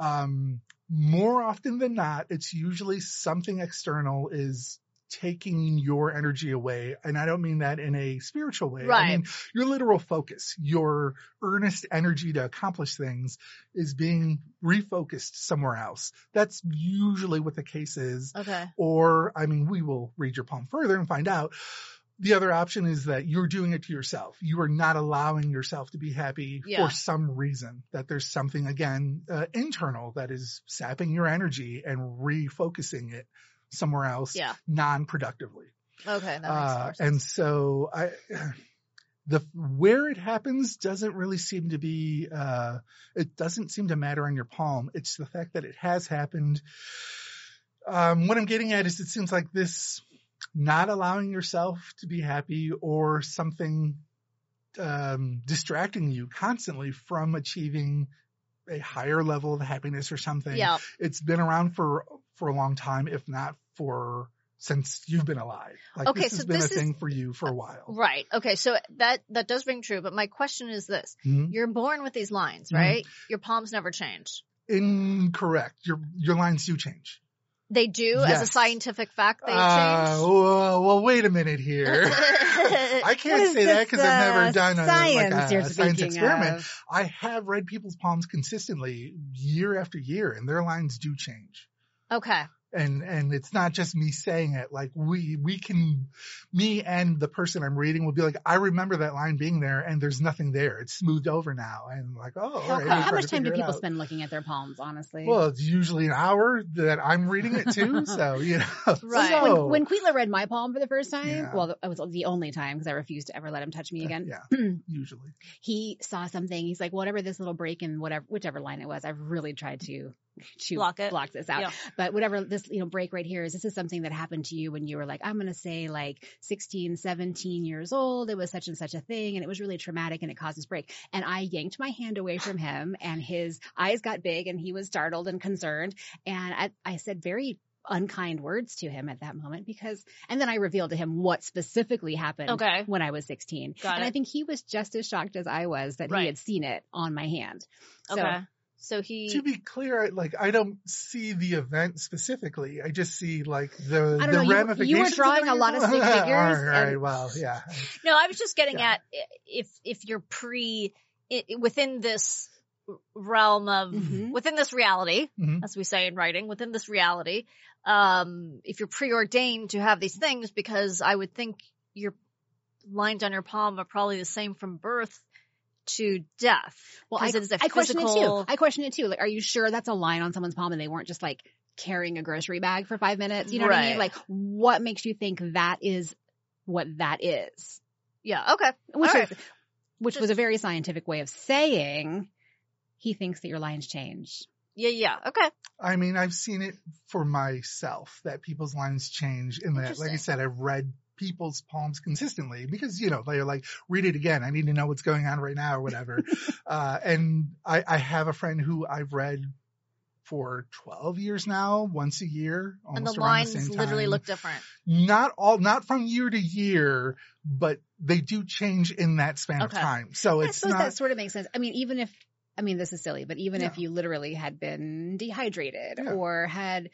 Speaker 3: Um, more often than not, it's usually something external is taking your energy away. And I don't mean that in a spiritual way. I
Speaker 2: Right.
Speaker 3: mean, your literal focus, your earnest energy to accomplish things is being refocused somewhere else. That's usually what the case is
Speaker 2: Okay.
Speaker 3: or I mean, we will read your palm further and find out. The other option is that you're doing it to yourself. You are not allowing yourself to be happy
Speaker 2: Yeah.
Speaker 3: for some reason. That there's something again uh, internal that is sapping your energy and refocusing it somewhere else,
Speaker 2: Yeah.
Speaker 3: non-productively.
Speaker 2: Okay. That makes
Speaker 3: Uh,
Speaker 2: more sense.
Speaker 3: and so I, the where it happens doesn't really seem to be. Uh, it doesn't seem to matter on your palm. It's the fact that it has happened. Um, what I'm getting at is, it seems like this not allowing yourself to be happy or something um, distracting you constantly from achieving a higher level of happiness or something
Speaker 2: yeah.
Speaker 3: it's been around for for a long time, if not for since you've been alive. Like
Speaker 2: Okay,
Speaker 3: this has
Speaker 2: so
Speaker 3: been
Speaker 2: this
Speaker 3: a
Speaker 2: is-
Speaker 3: thing for you
Speaker 1: uh,
Speaker 3: for a while.
Speaker 2: Right. Okay. So that that does ring true. But my question is this:
Speaker 3: Hmm?
Speaker 2: You're born with these lines,
Speaker 3: Mhm.
Speaker 2: right? Your palms never change.
Speaker 3: Incorrect. Your your lines do change.
Speaker 2: They do, as a
Speaker 3: Yes.
Speaker 2: scientific fact, they
Speaker 3: Uh,
Speaker 2: change.
Speaker 3: well, well, wait a minute here. I
Speaker 1: What
Speaker 3: can't
Speaker 1: is
Speaker 3: say that
Speaker 1: this,
Speaker 3: because I've
Speaker 1: uh,
Speaker 3: never done a,
Speaker 1: science
Speaker 3: like a,
Speaker 1: you're
Speaker 3: science
Speaker 1: speaking
Speaker 3: experiment.
Speaker 1: of?
Speaker 3: I have read people's palms consistently year after year, and their lines do change.
Speaker 2: Okay.
Speaker 3: and and it's not just me saying it like we we can me and the person i'm reading will be like i remember that line being there and there's nothing there it's smoothed over now and like oh all right,
Speaker 1: How,
Speaker 3: we
Speaker 1: how
Speaker 3: tried
Speaker 1: much
Speaker 3: to
Speaker 1: time do
Speaker 3: figure it
Speaker 1: people
Speaker 3: out.
Speaker 1: spend looking at their palms, honestly?
Speaker 3: well it's usually an hour that i'm reading it too so you know
Speaker 2: Right.
Speaker 3: so-
Speaker 1: when, when Quitla read my palm for the first time,
Speaker 3: Oh. Yeah.
Speaker 1: well, it was the only time because I refused to ever let him touch me again.
Speaker 3: yeah usually
Speaker 1: He saw something. He's like, whatever this little break in whatever, whichever line it was, I've really tried to, to
Speaker 2: Block it.
Speaker 1: block this out.
Speaker 2: Yeah.
Speaker 1: But whatever this, you know, break right here is this is something that happened to you when you were like, I'm going to say like 16, 17 years old. It was such and such a thing and it was really traumatic and it caused this break. And I yanked my hand away from him and his eyes got big and he was startled and concerned. And I, I said very unkind words to him at that moment because, and then I revealed to him what specifically happened
Speaker 2: Okay.
Speaker 1: when I was 16.
Speaker 2: Got
Speaker 1: and
Speaker 2: it.
Speaker 1: I think he was just as shocked as I was that
Speaker 2: Right.
Speaker 1: he had seen it on my hand. So
Speaker 2: okay. So he.
Speaker 3: to be clear I- like i don't see the event specifically i just see like the
Speaker 1: I don't
Speaker 3: the
Speaker 1: know, you- you were
Speaker 3: ramifications of
Speaker 1: drawing
Speaker 3: it
Speaker 1: a lot of
Speaker 3: all.
Speaker 1: stick figures
Speaker 3: all right
Speaker 1: and-
Speaker 3: well yeah
Speaker 2: No, I was just getting
Speaker 3: Yeah.
Speaker 2: at i- if if you're pre i i- within this realm of
Speaker 1: Mhm.
Speaker 3: Mm-hmm.
Speaker 2: within this reality,
Speaker 3: Mhm.
Speaker 2: as we say in writing, within this reality, um, if you're preordained to have these things, because I would think your lines on your palm are probably the same from birth to death.
Speaker 1: Well, I,
Speaker 2: 'Cause it is a
Speaker 1: I question it too.
Speaker 2: physical-
Speaker 1: I question it too. Like, are you sure that's a line on someone's palm and they weren't just like carrying a grocery bag for five minutes? You know what I mean?
Speaker 2: Right.
Speaker 1: Like, what makes you think that is what that is?
Speaker 2: Yeah. Okay.
Speaker 1: Which
Speaker 2: All right.
Speaker 1: is, which was a very scientific way of saying he thinks that your lines change.
Speaker 2: Yeah. Yeah. Okay.
Speaker 3: I mean, I've seen it for myself that people's lines change in that, like I
Speaker 2: Interesting.
Speaker 3: said, I've read people's palms consistently because, you know, they're like, read it again. I need to know what's going on right now or whatever. uh, and I, I have a friend who I've read for 12 years now, once a year. Almost
Speaker 2: And the
Speaker 3: around
Speaker 2: lines
Speaker 3: the same
Speaker 2: literally
Speaker 3: time.
Speaker 2: look different.
Speaker 3: not all, not from year to year, but they do change in that span of
Speaker 2: Okay.
Speaker 3: time. So
Speaker 1: I
Speaker 3: it's
Speaker 1: suppose
Speaker 3: not,
Speaker 1: that sort of makes sense. I mean, even if I mean this is silly, but even if
Speaker 3: Yeah.
Speaker 1: you literally had been dehydrated
Speaker 3: Yeah.
Speaker 1: or had,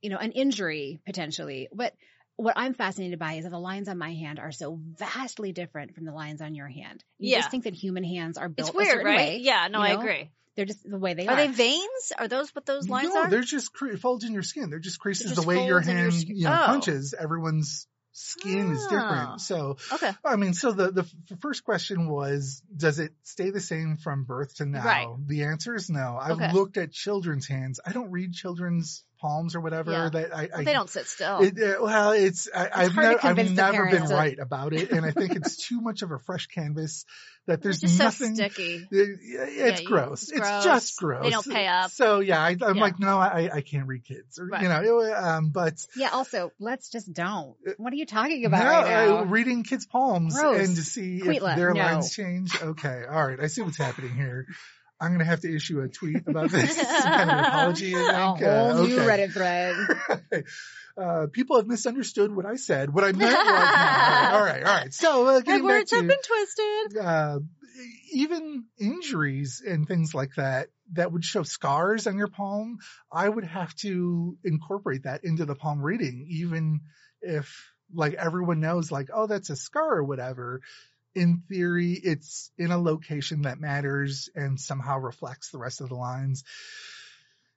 Speaker 1: you know, an injury potentially, but what I'm fascinated by is that the lines on my hand are so vastly different from the lines on your hand. You
Speaker 2: Yeah.
Speaker 1: just think that human hands are built
Speaker 2: It's
Speaker 1: a
Speaker 2: weird,
Speaker 1: certain
Speaker 2: right?
Speaker 1: way.
Speaker 2: yeah. No,
Speaker 1: you
Speaker 2: I
Speaker 1: know?
Speaker 2: agree.
Speaker 1: They're just the way they
Speaker 2: Are
Speaker 1: are.
Speaker 2: they veins? Are those what those lines
Speaker 3: no,
Speaker 2: are?
Speaker 3: they're just cre- folds in your skin. They're just creases
Speaker 2: just
Speaker 3: the way your
Speaker 2: folds in your
Speaker 3: hand
Speaker 2: sk-
Speaker 3: you know,
Speaker 2: Oh.
Speaker 3: punches. Everyone's skin is
Speaker 2: Ah.
Speaker 3: different. So
Speaker 2: Okay.
Speaker 3: I mean, so the, the f- first question was, does it stay the same from birth to now?
Speaker 2: Right.
Speaker 3: The answer is no. I've
Speaker 2: Okay.
Speaker 3: looked at children's hands. I don't read children's palms or whatever
Speaker 2: Yeah.
Speaker 3: that I, I
Speaker 2: They don't sit still.
Speaker 3: It, uh, well, it's I, I've,
Speaker 1: hard to
Speaker 3: nev-
Speaker 1: convince
Speaker 3: I've
Speaker 1: the
Speaker 3: never been
Speaker 1: parents to-
Speaker 3: right about it, and I think it's too much of a fresh canvas. That
Speaker 2: They're
Speaker 3: there's
Speaker 2: just
Speaker 3: nothing.
Speaker 2: so sticky.
Speaker 3: Yeah, yeah, it's
Speaker 2: you-
Speaker 3: gross.
Speaker 2: it's
Speaker 3: It's
Speaker 2: gross.
Speaker 3: just gross.
Speaker 2: They don't pay up.
Speaker 3: So yeah, I, I'm
Speaker 2: Yeah.
Speaker 3: like, no, I, I can't read kids, or,
Speaker 2: Right.
Speaker 3: you know. it- Um, but
Speaker 1: Yeah. Also, let's just don't.
Speaker 3: Uh,
Speaker 1: What are you talking about
Speaker 3: no,
Speaker 1: right
Speaker 3: I-
Speaker 1: now?
Speaker 3: reading kids' palms
Speaker 1: Gross.
Speaker 3: and to see
Speaker 1: Quitlet,
Speaker 3: if their
Speaker 1: no.
Speaker 3: lines change. Okay, all right, I see what's happening here. I'm gonna have to issue a tweet about this, some kind of apology.
Speaker 1: A
Speaker 3: I think.
Speaker 1: whole
Speaker 3: Uh,
Speaker 1: new
Speaker 3: okay.
Speaker 1: Reddit thread.
Speaker 3: Uh, people have misunderstood what I said. What I meant was, no, all right, all right, all right. So uh,
Speaker 2: My
Speaker 3: getting back
Speaker 2: words
Speaker 3: to
Speaker 2: have been twisted.
Speaker 3: uh, even injuries and things like that that would show scars on your palm, I would have to incorporate that into the palm reading, even if like everyone knows, like, oh, that's a scar or whatever. In theory, it's in a location that matters and somehow reflects the rest of the lines.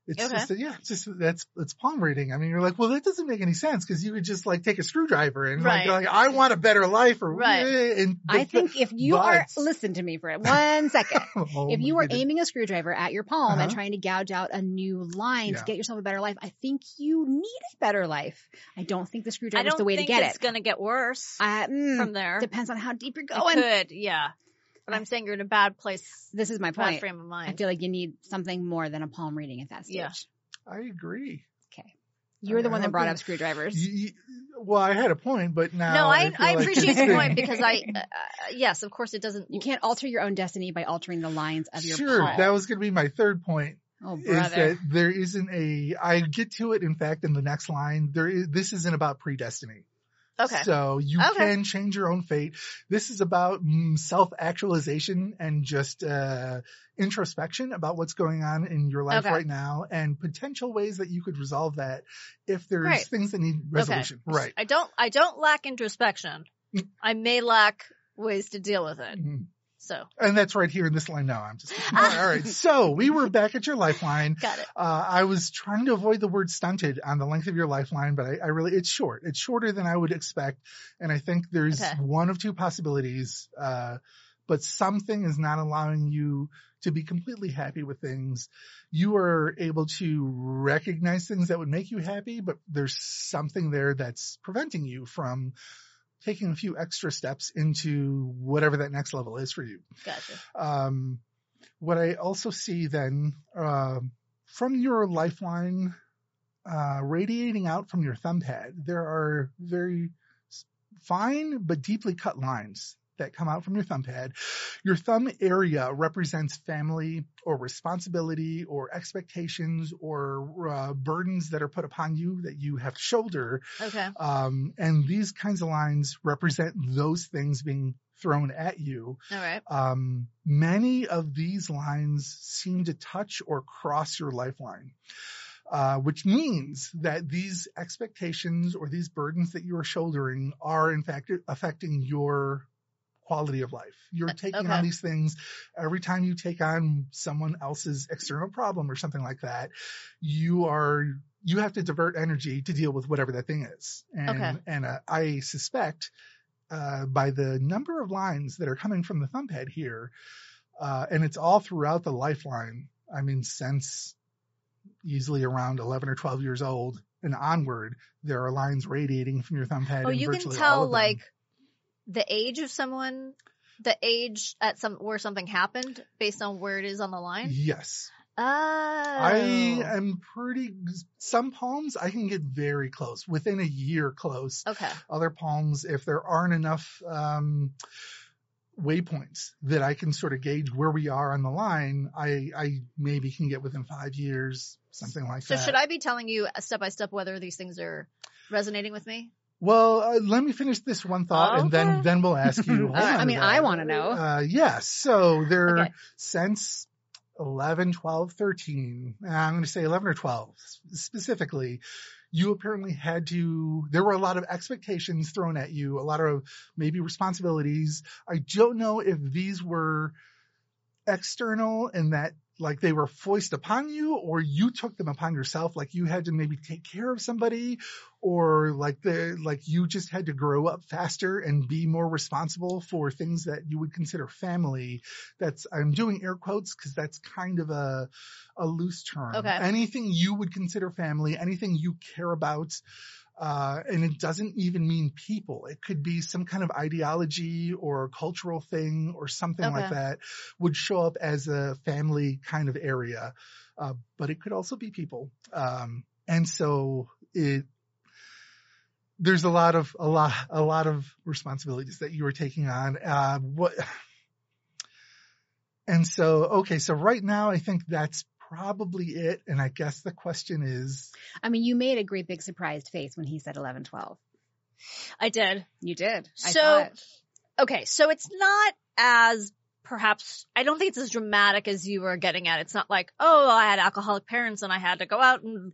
Speaker 3: It's
Speaker 2: Okay.
Speaker 3: just yeah, it's just that's it's palm reading. I mean, you're like, well, that doesn't make any sense because you could just like take a screwdriver and like,
Speaker 2: Right.
Speaker 3: like, I want a better life or eh,
Speaker 2: Right.
Speaker 3: And
Speaker 1: I
Speaker 3: but-
Speaker 1: think if you are,
Speaker 3: but-
Speaker 1: listen to me for one second.
Speaker 3: Oh
Speaker 1: if
Speaker 3: my
Speaker 1: you were
Speaker 3: goodness.
Speaker 1: aiming a screwdriver at your palm and
Speaker 3: Uh-huh.
Speaker 1: trying to gouge out a new line to
Speaker 3: Yeah.
Speaker 1: get yourself a better life, I think you need a better life. I don't think the
Speaker 2: I
Speaker 1: screwdriver is
Speaker 2: don't
Speaker 1: the way to
Speaker 2: think
Speaker 1: get
Speaker 2: it's
Speaker 1: it.
Speaker 2: gonna get worse
Speaker 1: I- oh, mm,
Speaker 2: from there.
Speaker 1: depends on how deep you're
Speaker 2: It
Speaker 1: going.
Speaker 2: could, yeah. But I'm saying you're in a bad place,
Speaker 1: This is my
Speaker 2: bad
Speaker 1: point.
Speaker 2: frame of
Speaker 1: I
Speaker 2: mind.
Speaker 1: feel like you need something more than a palm reading at that stage.
Speaker 2: Yeah.
Speaker 3: I agree.
Speaker 1: You're the
Speaker 3: I- I
Speaker 1: one that
Speaker 3: don't
Speaker 1: brought
Speaker 3: think-
Speaker 1: up screwdrivers.
Speaker 3: You- you- well, I had a point, but now
Speaker 2: no, I,
Speaker 3: feel
Speaker 2: I
Speaker 3: like
Speaker 2: appreciate
Speaker 3: it's
Speaker 2: your
Speaker 3: been-
Speaker 2: point because I, uh, yes, of course, it doesn't.
Speaker 1: You can't alter your own destiny by altering the lines of your
Speaker 3: Sure,
Speaker 1: palm.
Speaker 3: that was going to be my third point.
Speaker 1: oh,
Speaker 3: Is
Speaker 1: brother.
Speaker 3: that there isn't a? I get to it. In fact, in the next line, there is. This isn't about predestiny.
Speaker 2: Okay,
Speaker 3: So you
Speaker 2: Okay.
Speaker 3: can change your own fate. This is about mm, self-actualization and just uh, introspection about what's going on in your life
Speaker 2: Okay.
Speaker 3: right now and potential ways that you could resolve that if there's
Speaker 2: Right.
Speaker 3: things that need resolution. Right.
Speaker 2: I don't, I don't lack introspection. I may lack ways to deal with it.
Speaker 3: Mhm.
Speaker 2: So,
Speaker 3: And that's right here in this line. No, I'm just kidding. All right, all right. So we were back at your lifeline.
Speaker 2: got it.
Speaker 3: Uh, I was trying to avoid the word stunted on the length of your lifeline, but I, I really, it's short. It's shorter than I would expect. And I think there's
Speaker 2: Okay.
Speaker 3: one of two possibilities. Uh, but something is not allowing you to be completely happy with things. You are able to recognize things that would make you happy, but there's something there that's preventing you from taking a few extra steps into whatever that next level is for you
Speaker 2: Gotcha.
Speaker 3: um, what I also see then um from your lifeline uh, radiating out from your thumb pad, there are very s- fine but deeply cut lines that come out from your thumb pad. Your thumb area represents family or responsibility or expectations or uh, burdens that are put upon you that you have to shoulder.
Speaker 2: Okay.
Speaker 3: Um, and these kinds of lines represent those things being thrown at you
Speaker 2: All right.
Speaker 3: um, many of these lines seem to touch or cross your lifeline, uh, which means that these expectations or these burdens that you are shouldering are in fact affecting your quality of life. You're taking
Speaker 2: okay.
Speaker 3: on these things every time you take on someone else's external problem or something like that. You are you have to divert energy to deal with whatever that thing is. And
Speaker 2: Okay.
Speaker 3: and uh, I suspect uh, by the number of lines that are coming from the thumb pad here, uh, and it's all throughout the lifeline. I mean, since easily around 11 or 12 years old and onward, there are lines radiating from your thumb pad.
Speaker 2: Oh,
Speaker 3: in
Speaker 2: you can
Speaker 3: virtually all
Speaker 2: tell
Speaker 3: of them.
Speaker 2: like the age of someone, the age at some where something happened based on where it is on the line.
Speaker 3: Yes.
Speaker 2: Oh,
Speaker 3: I uh, am pretty, some palms I can get very close, within a year close.
Speaker 2: okay.
Speaker 3: other palms if there aren't enough um, waypoints that I can sort of gauge where we are on the line. I, I maybe can get within five years, something like
Speaker 2: So
Speaker 3: that.
Speaker 2: should I be telling you uh, step by step whether these things are resonating with me?
Speaker 3: Well, uh, let me finish this one thought, and
Speaker 2: Okay.
Speaker 3: then then we'll ask you.
Speaker 1: I- Uh, I
Speaker 3: on to
Speaker 1: mean, I
Speaker 3: that.
Speaker 1: wanna know.
Speaker 3: Uh, yeah. So there,
Speaker 2: Okay.
Speaker 3: since 11, 12, 13, uh, I'm going to say 11 or 12 s- specifically, you apparently had to, there were a lot of expectations thrown at you, a lot of maybe responsibilities. I don't know if these were external and that like they were foisted upon you or you took them upon yourself like you had to maybe take care of somebody or like the like you just had to grow up faster and be more responsible for things that you would consider family that's i'm doing air quotes because that's kind of a a loose term
Speaker 2: Okay.
Speaker 3: anything you would consider family anything you care about uh, and it doesn't even mean people. It could be some kind of ideology or cultural thing or something like
Speaker 2: Okay.
Speaker 3: that would show up as a family kind of area. Uh, but it could also be people. Um, and so it, there's a lot of, a lot, a lot of responsibilities that you are taking on. Uh, what, and so, okay. So right now I think that's probably it. And I guess the question is,
Speaker 1: I mean, you made a great big surprised face when he said 11, 12.
Speaker 2: I did.
Speaker 1: You did. I
Speaker 2: So-
Speaker 1: saw it.
Speaker 2: Okay, so it's not as perhaps I don't think it's as dramatic as you were getting at. It's not like, oh, I had alcoholic parents and I had to go out and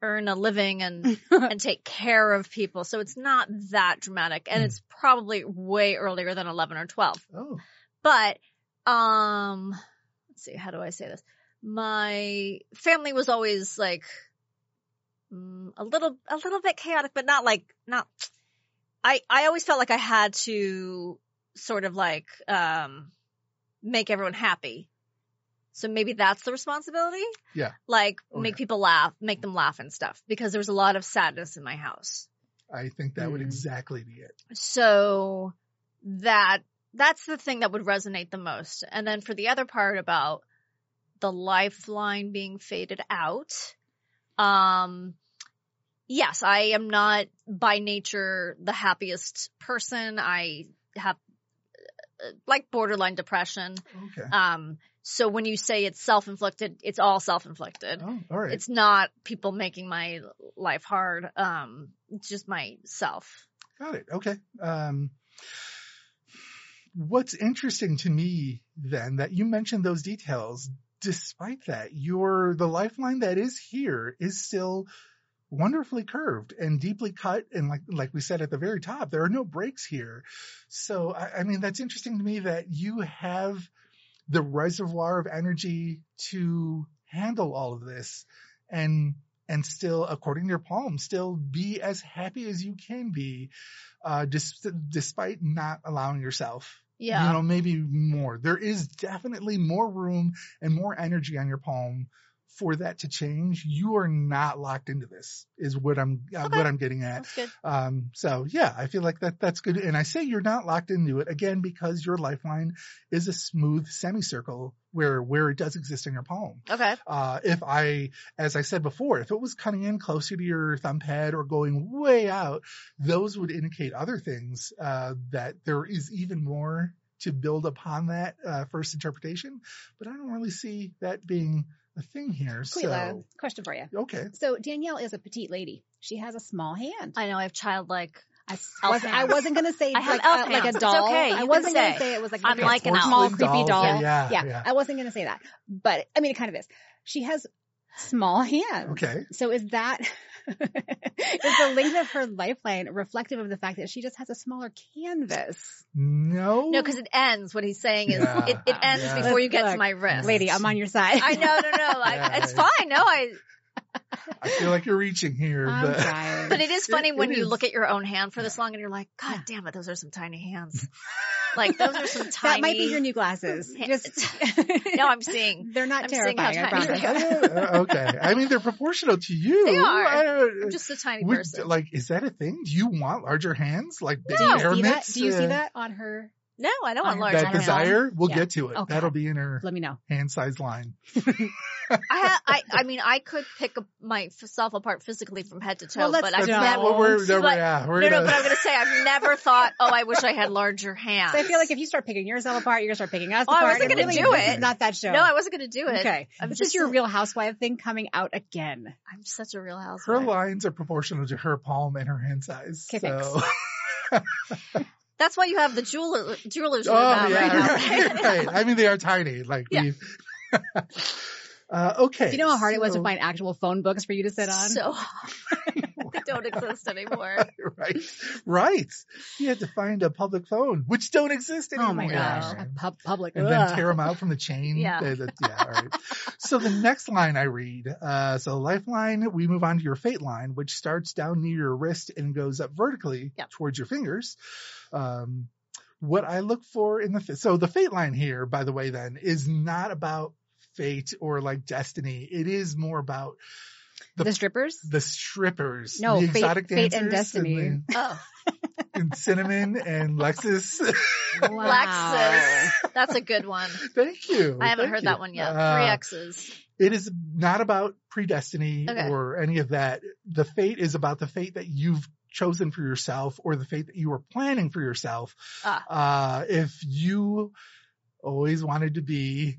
Speaker 2: earn a living and and take care of people. So it's not that dramatic and
Speaker 3: Mm.
Speaker 2: it's probably way earlier than 11 or 12.
Speaker 3: oh,
Speaker 2: But um let's see how do I say this? My family was always like mm, a little a little bit chaotic but not like not I I always felt like I had to sort of like um make everyone happy. So maybe that's the responsibility?
Speaker 3: Yeah.
Speaker 2: Like
Speaker 3: Oh,
Speaker 2: make people laugh, make them laugh and stuff because there was a lot of sadness in my house.
Speaker 3: I think that would
Speaker 1: Mhm.
Speaker 3: exactly be it.
Speaker 2: So that that's the thing that would resonate the most. And then for the other part about the lifeline being faded out, um yes, I am not by nature the happiest person. I have uh, like borderline depression.
Speaker 3: Okay.
Speaker 2: Um so when you say it's self-inflicted, it's all self-inflicted
Speaker 3: Oh, all right.
Speaker 2: it's not people making my life hard um it's just myself
Speaker 3: Got it. Okay. Um, what's interesting to me then that you mentioned those details. Despite that, your the lifeline that is here is still wonderfully curved and deeply cut. And like like we said at the very top, there are no breaks here. So I, I mean, that's interesting to me that you have the reservoir of energy to handle all of this and and still according to your poem still be as happy as you can be uh dis- despite not allowing yourself
Speaker 2: yeah
Speaker 3: you know maybe more there is definitely more room and more energy on your poem for that to change you are not locked into this is what i'm uh,
Speaker 2: Okay.
Speaker 3: what i'm getting at
Speaker 2: that's good
Speaker 3: um, so yeah, I feel like that that's good. And I say you're not locked into it again because your lifeline is a smooth semicircle where where it does exist in your poem.
Speaker 2: okay
Speaker 3: Uh, if I, as I said before, if it was cutting in closer to your thumb pad or going way out, those would indicate other things uh, that there is even more to build upon that uh, first interpretation. But I don't really see that being a thing here.
Speaker 1: Quila, question for you.
Speaker 3: So okay,
Speaker 1: So Danielle is a petite lady. She has a small hand.
Speaker 2: i know i have childlike
Speaker 1: I, s-
Speaker 2: Elf
Speaker 1: wasn't- I
Speaker 2: hands.
Speaker 1: wasn't going to say
Speaker 2: I have
Speaker 1: like,
Speaker 2: elf
Speaker 1: a, like
Speaker 2: hands.
Speaker 1: a
Speaker 2: It's
Speaker 1: doll.
Speaker 2: okay.
Speaker 1: I
Speaker 2: You
Speaker 1: wasn't
Speaker 2: can
Speaker 1: going to
Speaker 2: say,
Speaker 1: say it was like
Speaker 2: "I'm
Speaker 1: a
Speaker 2: like an elf."
Speaker 1: small creepy
Speaker 3: Dolls,
Speaker 1: doll.
Speaker 3: yeah, yeah,
Speaker 1: yeah,
Speaker 3: yeah.
Speaker 1: I wasn't going to say that, but I mean, it kind of is. She has small hands.
Speaker 3: okay.
Speaker 1: So is that is the length of her lifeline reflective of the fact that she just has a smaller canvas?
Speaker 3: No.
Speaker 2: no because it ends what he's saying is
Speaker 3: Yeah.
Speaker 2: it, it ends
Speaker 3: Yeah.
Speaker 2: before you get to
Speaker 1: Look,
Speaker 2: my wrist
Speaker 1: Lady, I'm on your side.
Speaker 2: i know no no I,
Speaker 3: Yeah,
Speaker 2: it's
Speaker 3: yeah.
Speaker 2: fine no i
Speaker 3: I feel like you're reaching here,
Speaker 1: I'm
Speaker 3: but
Speaker 1: tired.
Speaker 2: but it is funny
Speaker 3: It-
Speaker 2: when
Speaker 3: it
Speaker 2: you
Speaker 3: is.
Speaker 2: look at your own hand for this long and you're like god damn it those are some tiny hands like those are some tiny
Speaker 1: That might be your new glasses. Just
Speaker 2: no i'm seeing
Speaker 1: they're not
Speaker 2: I'm seeing how
Speaker 1: terrifying. I
Speaker 2: tiny
Speaker 1: promise.
Speaker 2: they are.
Speaker 3: Uh, okay. I mean, they're proportional to you.
Speaker 2: They are.
Speaker 3: I don't-
Speaker 2: i'm just a tiny
Speaker 3: would-
Speaker 2: person
Speaker 3: like, is that a thing? Do you want larger hands? Like, big
Speaker 1: Do you see that?
Speaker 3: pyramids?
Speaker 1: Do you
Speaker 3: Uh,
Speaker 1: see that on her?
Speaker 2: no i don't want
Speaker 1: That
Speaker 2: large
Speaker 3: That
Speaker 1: hands?
Speaker 3: desire? We'll
Speaker 1: Yeah.
Speaker 3: get to it.
Speaker 1: Okay.
Speaker 3: That'll be in her
Speaker 1: Let me know.
Speaker 3: hand size line.
Speaker 2: I, ha- I I mean I could pick up myself apart physically from head to toe,
Speaker 1: Well, let's-
Speaker 2: but I've
Speaker 3: That's
Speaker 1: don't-
Speaker 3: not
Speaker 2: never.
Speaker 3: what we're,
Speaker 2: But-
Speaker 3: we're- yeah, we're
Speaker 2: no,
Speaker 3: gonna,
Speaker 2: no, but I'm gonna say I've never thought. Oh, I wish I had larger hands.
Speaker 1: So I feel like if you start picking yourself apart, you're gonna start picking us
Speaker 2: Oh, I
Speaker 1: apart.
Speaker 2: wasn't
Speaker 1: and
Speaker 2: gonna
Speaker 1: really,
Speaker 2: do
Speaker 1: this is
Speaker 3: it.
Speaker 1: Not that show.
Speaker 2: no, I wasn't gonna do it.
Speaker 1: Okay,
Speaker 2: I'm
Speaker 1: this
Speaker 2: just
Speaker 1: is your
Speaker 2: a-
Speaker 1: Real Housewife thing coming out again.
Speaker 2: I'm such a real
Speaker 3: her
Speaker 2: housewife.
Speaker 3: lines are proportional to her palm and her hand size.
Speaker 1: Okay, thanks.
Speaker 3: so.
Speaker 2: That's why you have the jeweler jewelers in
Speaker 3: Oh
Speaker 2: the
Speaker 3: yeah,
Speaker 2: background
Speaker 3: right,
Speaker 2: right now.
Speaker 3: right. I mean, they are tiny. Like
Speaker 2: Yeah.
Speaker 3: we. uh, okay.
Speaker 1: Do you know how hard it was to
Speaker 3: so-
Speaker 1: find actual phone books for you to sit on?
Speaker 2: So that don't exist anymore.
Speaker 3: right, right. You had to find a public phone, which don't exist anymore.
Speaker 1: Oh my gosh.
Speaker 3: And-
Speaker 1: Pub- public.
Speaker 3: and then
Speaker 1: ugh.
Speaker 3: tear them out from the chain.
Speaker 2: Yeah.
Speaker 3: Uh, that- yeah, all right. so the next line I read, uh, so lifeline, we move on to your fate line, which starts down near your wrist and goes up vertically
Speaker 2: Yep.
Speaker 3: towards your fingers. Um, what I look for in the fa- so the fate line here, by the way, then is not about fate or like destiny. It is more about
Speaker 1: the, strippers.
Speaker 3: the strippers,
Speaker 1: No,
Speaker 3: the
Speaker 1: Fate-
Speaker 3: exotic
Speaker 1: Fate and
Speaker 3: dancers,
Speaker 1: Destiny.
Speaker 3: and,
Speaker 2: Oh,
Speaker 3: the- and cinnamon and Lexus.
Speaker 1: Wow.
Speaker 2: that's a good one.
Speaker 3: Thank you.
Speaker 2: I haven't
Speaker 3: Thank
Speaker 2: heard
Speaker 3: you.
Speaker 2: that one yet.
Speaker 3: Uh,
Speaker 2: Three X's.
Speaker 3: it is not about predestiny
Speaker 2: Okay.
Speaker 3: or any of that. The fate is about the fate that you've chosen for yourself or the fate that you were planning for yourself.
Speaker 1: Ah.
Speaker 3: Uh, if you always wanted to be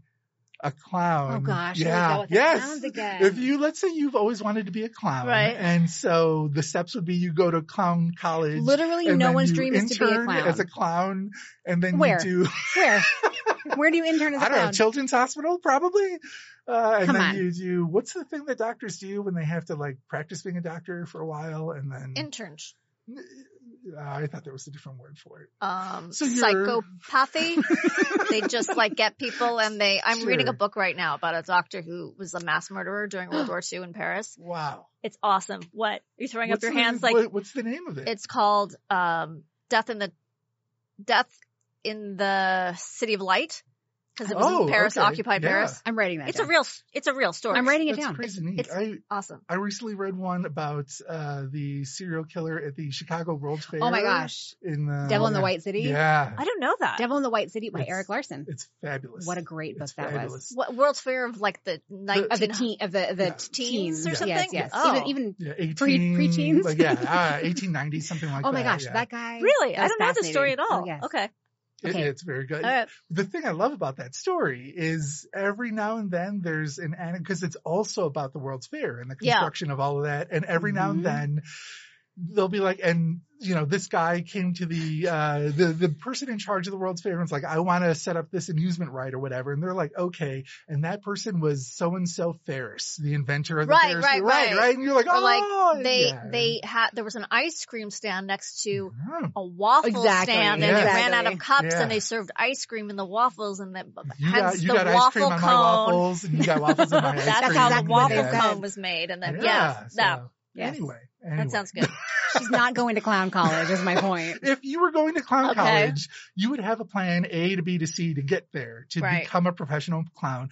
Speaker 3: a clown.
Speaker 1: Oh gosh. here we
Speaker 3: Um,
Speaker 1: go
Speaker 3: Yeah.
Speaker 1: with the
Speaker 3: yes.
Speaker 1: clowns again.
Speaker 3: If you, let's say you've always wanted to be a clown.
Speaker 2: Right.
Speaker 3: And so the steps would be you go to clown college.
Speaker 1: Literally,
Speaker 3: and
Speaker 1: no
Speaker 3: then
Speaker 1: one's
Speaker 3: you
Speaker 1: dream is to be a
Speaker 3: intern
Speaker 1: clown.
Speaker 3: As a clown. And then
Speaker 1: Where?
Speaker 3: you do
Speaker 1: Where? Where do you intern as a
Speaker 3: I don't
Speaker 1: clown?
Speaker 3: know, children's hospital probably. Uh, and
Speaker 1: Come
Speaker 3: then
Speaker 1: on.
Speaker 3: you do what's the thing that doctors do when they have to like practice being a doctor for a while and then
Speaker 2: Interns.
Speaker 3: Uh, I thought there was a different word for it.
Speaker 2: Um,
Speaker 3: So you're-
Speaker 2: psychopathy. they just like get people and they, I'm reading a
Speaker 3: Sure.
Speaker 2: book right now about a doctor who was a mass murderer during World War II in Paris.
Speaker 3: Wow.
Speaker 2: It's awesome. What? Are you throwing
Speaker 3: What's
Speaker 2: up your
Speaker 3: the
Speaker 2: hands
Speaker 3: name-
Speaker 2: like
Speaker 3: what- what's the name of it?
Speaker 2: it's called um death in the death in the city of light because it was
Speaker 3: Oh,
Speaker 2: in paris
Speaker 3: okay.
Speaker 2: occupied
Speaker 3: Yeah.
Speaker 2: paris
Speaker 1: I'm writing that.
Speaker 2: it's a
Speaker 1: down.
Speaker 2: real it's a real story
Speaker 1: I'm writing it
Speaker 3: That's
Speaker 1: down.
Speaker 3: crazy neat.
Speaker 2: it's-
Speaker 3: I
Speaker 2: awesome
Speaker 3: I recently read one about uh, the serial killer at the Chicago World Fair.
Speaker 1: Oh my gosh.
Speaker 3: In the
Speaker 1: Devil in the
Speaker 3: yeah.
Speaker 1: White City.
Speaker 3: Yeah,
Speaker 2: i don't know that
Speaker 1: Devil in the White City by
Speaker 3: It's-
Speaker 1: Eric Larson.
Speaker 3: it's fabulous.
Speaker 1: What a great book
Speaker 3: It's
Speaker 1: that was.
Speaker 3: fabulous.
Speaker 2: what world fair of like the
Speaker 1: Of the
Speaker 2: 19
Speaker 1: teen, of the the
Speaker 3: Yeah.
Speaker 1: teens
Speaker 2: Teens or
Speaker 1: Yes,
Speaker 2: something?
Speaker 1: yes.
Speaker 2: Oh.
Speaker 1: Even even.
Speaker 3: Yeah, 18,
Speaker 1: preteens?
Speaker 3: Like, yeah, uh, 1890 something like that.
Speaker 1: oh my gosh,
Speaker 3: yeah.
Speaker 1: that guy.
Speaker 2: really i
Speaker 1: that's
Speaker 2: don't know the
Speaker 1: fascinating.
Speaker 2: story at all
Speaker 1: Oh, yes.
Speaker 2: okay
Speaker 3: It-
Speaker 1: okay.
Speaker 3: it's very good.
Speaker 2: all right
Speaker 3: the thing I love about that story is every now and then there's an anecdote because it's also about the World's Fair and the
Speaker 2: Yeah. Mm-hmm.
Speaker 3: construction of all of that. And every now
Speaker 1: Mhm.
Speaker 3: and then they'll be like, and you know, this guy came to the uh the the person in charge of the World's Fair and was like, I want to set up this amusement ride or whatever. And they're like, okay. And that person was so and so Ferris, the inventor of the
Speaker 2: Right,
Speaker 3: Ferris
Speaker 2: right,
Speaker 3: wheel ride,
Speaker 2: right.
Speaker 3: right? And you're like,
Speaker 2: or like
Speaker 3: oh,
Speaker 2: they
Speaker 3: yeah.
Speaker 2: they had there was an ice cream stand next to
Speaker 3: Yeah.
Speaker 2: a waffle
Speaker 1: Exactly,
Speaker 2: stand and they
Speaker 3: Yeah.
Speaker 2: ran out of cups
Speaker 3: Yeah.
Speaker 2: and they served ice cream in the waffles and then
Speaker 3: You
Speaker 2: hence
Speaker 3: got, you
Speaker 2: the
Speaker 3: got ice
Speaker 2: waffle
Speaker 3: cream on my
Speaker 2: cone
Speaker 3: waffles, and you got waffles on my ice
Speaker 2: That's
Speaker 3: cream.
Speaker 2: how
Speaker 1: exactly
Speaker 2: the
Speaker 1: what they
Speaker 2: waffle
Speaker 1: said.
Speaker 2: cone was made, and then yeah,
Speaker 3: so,
Speaker 2: that
Speaker 1: Yes.
Speaker 3: Anyway,
Speaker 2: that
Speaker 3: anyway.
Speaker 2: sounds good.
Speaker 1: She's not going to clown college. Is my point.
Speaker 3: If you were going to clown
Speaker 2: Okay.
Speaker 3: college, you would have a plan A to B to C to get there to
Speaker 2: Right.
Speaker 3: become a professional clown.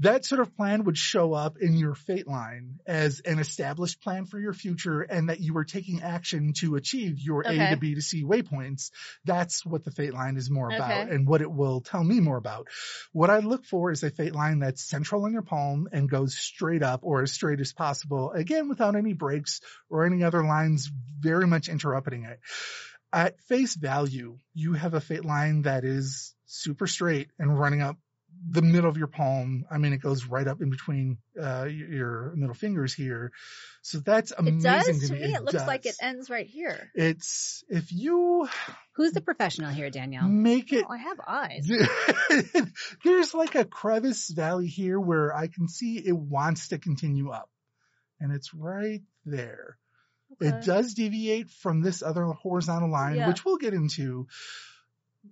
Speaker 3: That sort of plan would show up in your fate line as an established plan for your future and that you were taking action to achieve your A
Speaker 2: Okay.
Speaker 3: to B to C waypoints. That's what the fate line is more about
Speaker 2: Okay.
Speaker 3: and what it will tell me more about. What I look for is a fate line that's central in your palm and goes straight up or as straight as possible, again, without any breaks or any other lines very much interrupting it. At face value, you have a fate line that is super straight and running up the middle of your palm. I mean, it goes right up in between uh, your middle fingers here. So that's amazing
Speaker 2: It does
Speaker 3: to
Speaker 2: to
Speaker 3: me.
Speaker 2: me. It, looks like it
Speaker 3: does.
Speaker 2: ends right here.
Speaker 3: It's if you
Speaker 1: Who's the professional here, Danielle?
Speaker 3: make it
Speaker 2: Oh, I have eyes.
Speaker 3: There's like a crevice valley here where I can see it wants to continue up. And it's right there.
Speaker 2: Okay.
Speaker 3: It does deviate from this other horizontal line,
Speaker 2: Yeah.
Speaker 3: which we'll get into.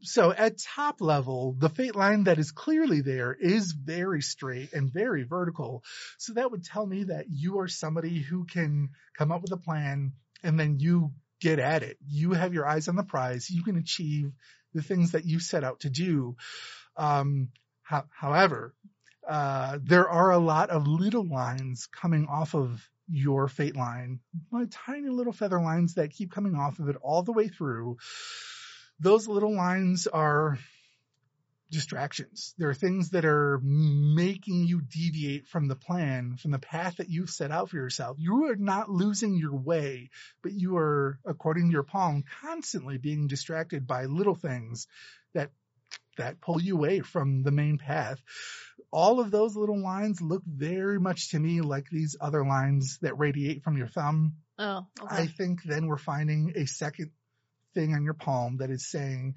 Speaker 3: So at top level, the fate line that is clearly there is very straight and very vertical. So that would tell me that you are somebody who can come up with a plan and then you get at it. You have your eyes on the prize. You can achieve the things that you set out to do. Um, ho- however, uh, there are a lot of little lines coming off of your fate line, my tiny little feather lines that keep coming off of it all the way through. Those little lines are distractions. There are things that are making you deviate from the plan, from the path that you've set out for yourself. You are not losing your way, but you are, according to your palm, constantly being distracted by little things that that pull you away from the main path. All of those little lines look very much to me like these other lines that radiate from your thumb.
Speaker 2: Oh, okay.
Speaker 3: I think then we're finding a second thing on your palm that is saying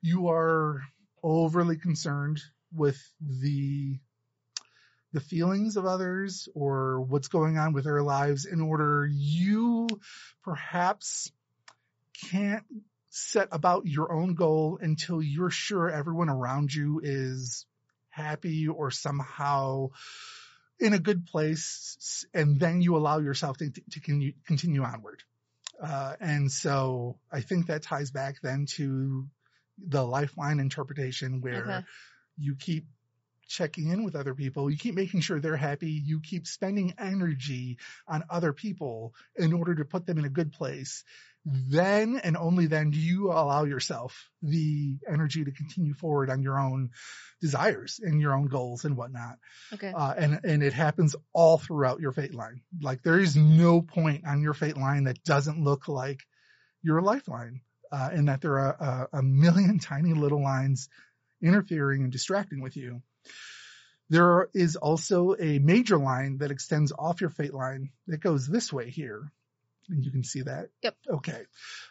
Speaker 3: you are overly concerned with the the feelings of others or what's going on with their lives in order you perhaps can't set about your own goal until you're sure everyone around you is happy or somehow in a good place and then you allow yourself to, to con- continue onward uh, and so i think that ties back then to the lifeline interpretation where
Speaker 2: Okay.
Speaker 3: you keep checking in with other people you keep making sure they're happy you keep spending energy on other people in order to put them in a good place then and only then do you allow yourself the energy to continue forward on your own desires and your own goals and whatnot
Speaker 2: Okay.
Speaker 3: uh, and and it happens all throughout your fate line. Like there is no point on your fate line that doesn't look like your lifeline, uh, and that there are a, a million tiny little lines interfering and distracting with you. There is also a major line that extends off your fate line that goes this way here. And you can see that.
Speaker 2: Yep.
Speaker 3: Okay.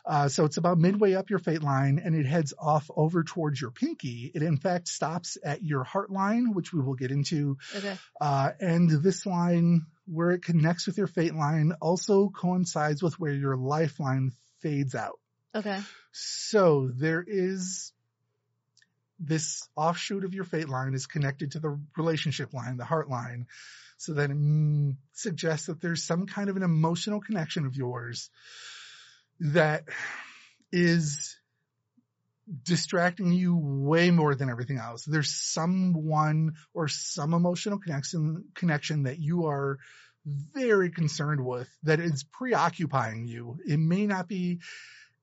Speaker 3: Uh, so it's about midway up your fate line and it heads off over towards your pinky. It in fact stops at your heart line, which we will get into
Speaker 2: Okay.
Speaker 3: uh, and this line where it connects with your fate line also coincides with where your lifeline fades out.
Speaker 2: Okay.
Speaker 3: So there is this offshoot of your fate line is connected to the relationship line, the heart line. So that mm, suggests that there's some kind of an emotional connection of yours that is distracting you way more than everything else. There's someone or some emotional connection connection that you are very concerned with that is preoccupying you. It may not be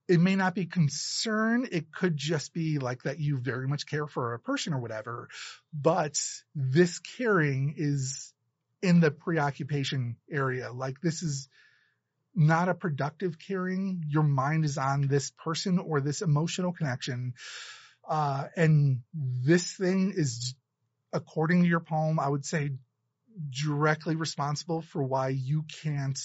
Speaker 3: it may not be concern. It could just be like that you very much care for a person or whatever, but this caring is in the preoccupation area. Like this is not a productive caring. Your mind is on this person or this emotional connection. Uh, and this thing is, according to your poem, I would say directly responsible for why you can't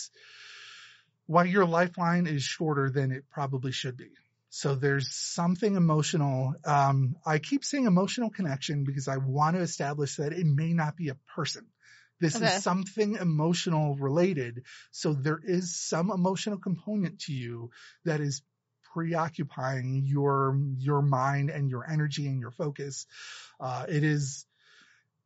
Speaker 3: why your lifeline is shorter than it probably should be. So there's something emotional. Um, I keep saying emotional connection because I want to establish that it may not be a person. This
Speaker 2: Okay.
Speaker 3: is something emotional related. So there is some emotional component to you that is preoccupying your your mind and your energy and your focus. Uh, it is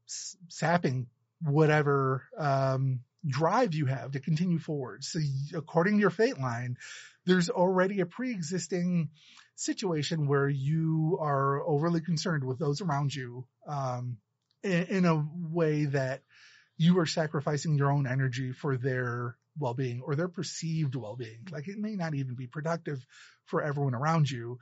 Speaker 3: s- sapping whatever um, drive you have to continue forward. So, y- according to your fate line, there's already a pre existing situation where you are overly concerned with those around you um, in, in a way that you are sacrificing your own energy for their well being or their perceived well being. Like, it may not even be productive for everyone around you.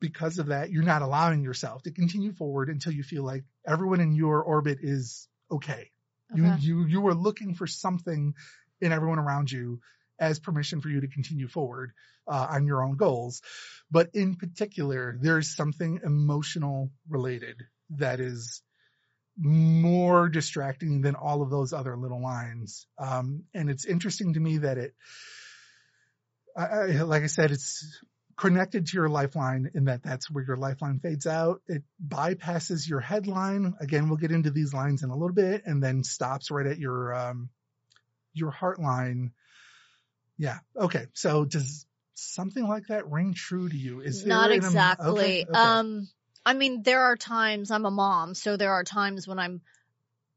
Speaker 3: Because of that, you're not allowing yourself to continue forward until you feel like everyone in your orbit is okay. You
Speaker 2: Okay.
Speaker 3: you you were looking for something in everyone around you as permission for you to continue forward uh, on your own goals, but in particular, there's something emotional related that is more distracting than all of those other little lines. Um, and it's interesting to me that it, I, I, like I said, it's connected to your lifeline in that that's where your lifeline fades out. It bypasses your headline. Again, we'll get into these lines in a little bit and then stops right at your, um, your heart line. Yeah. Okay. So does something like that ring true to you? Is there
Speaker 2: Not
Speaker 3: an em-
Speaker 2: exactly.
Speaker 3: okay, okay.
Speaker 2: Um, I mean, there are times I'm a mom, so there are times when I'm,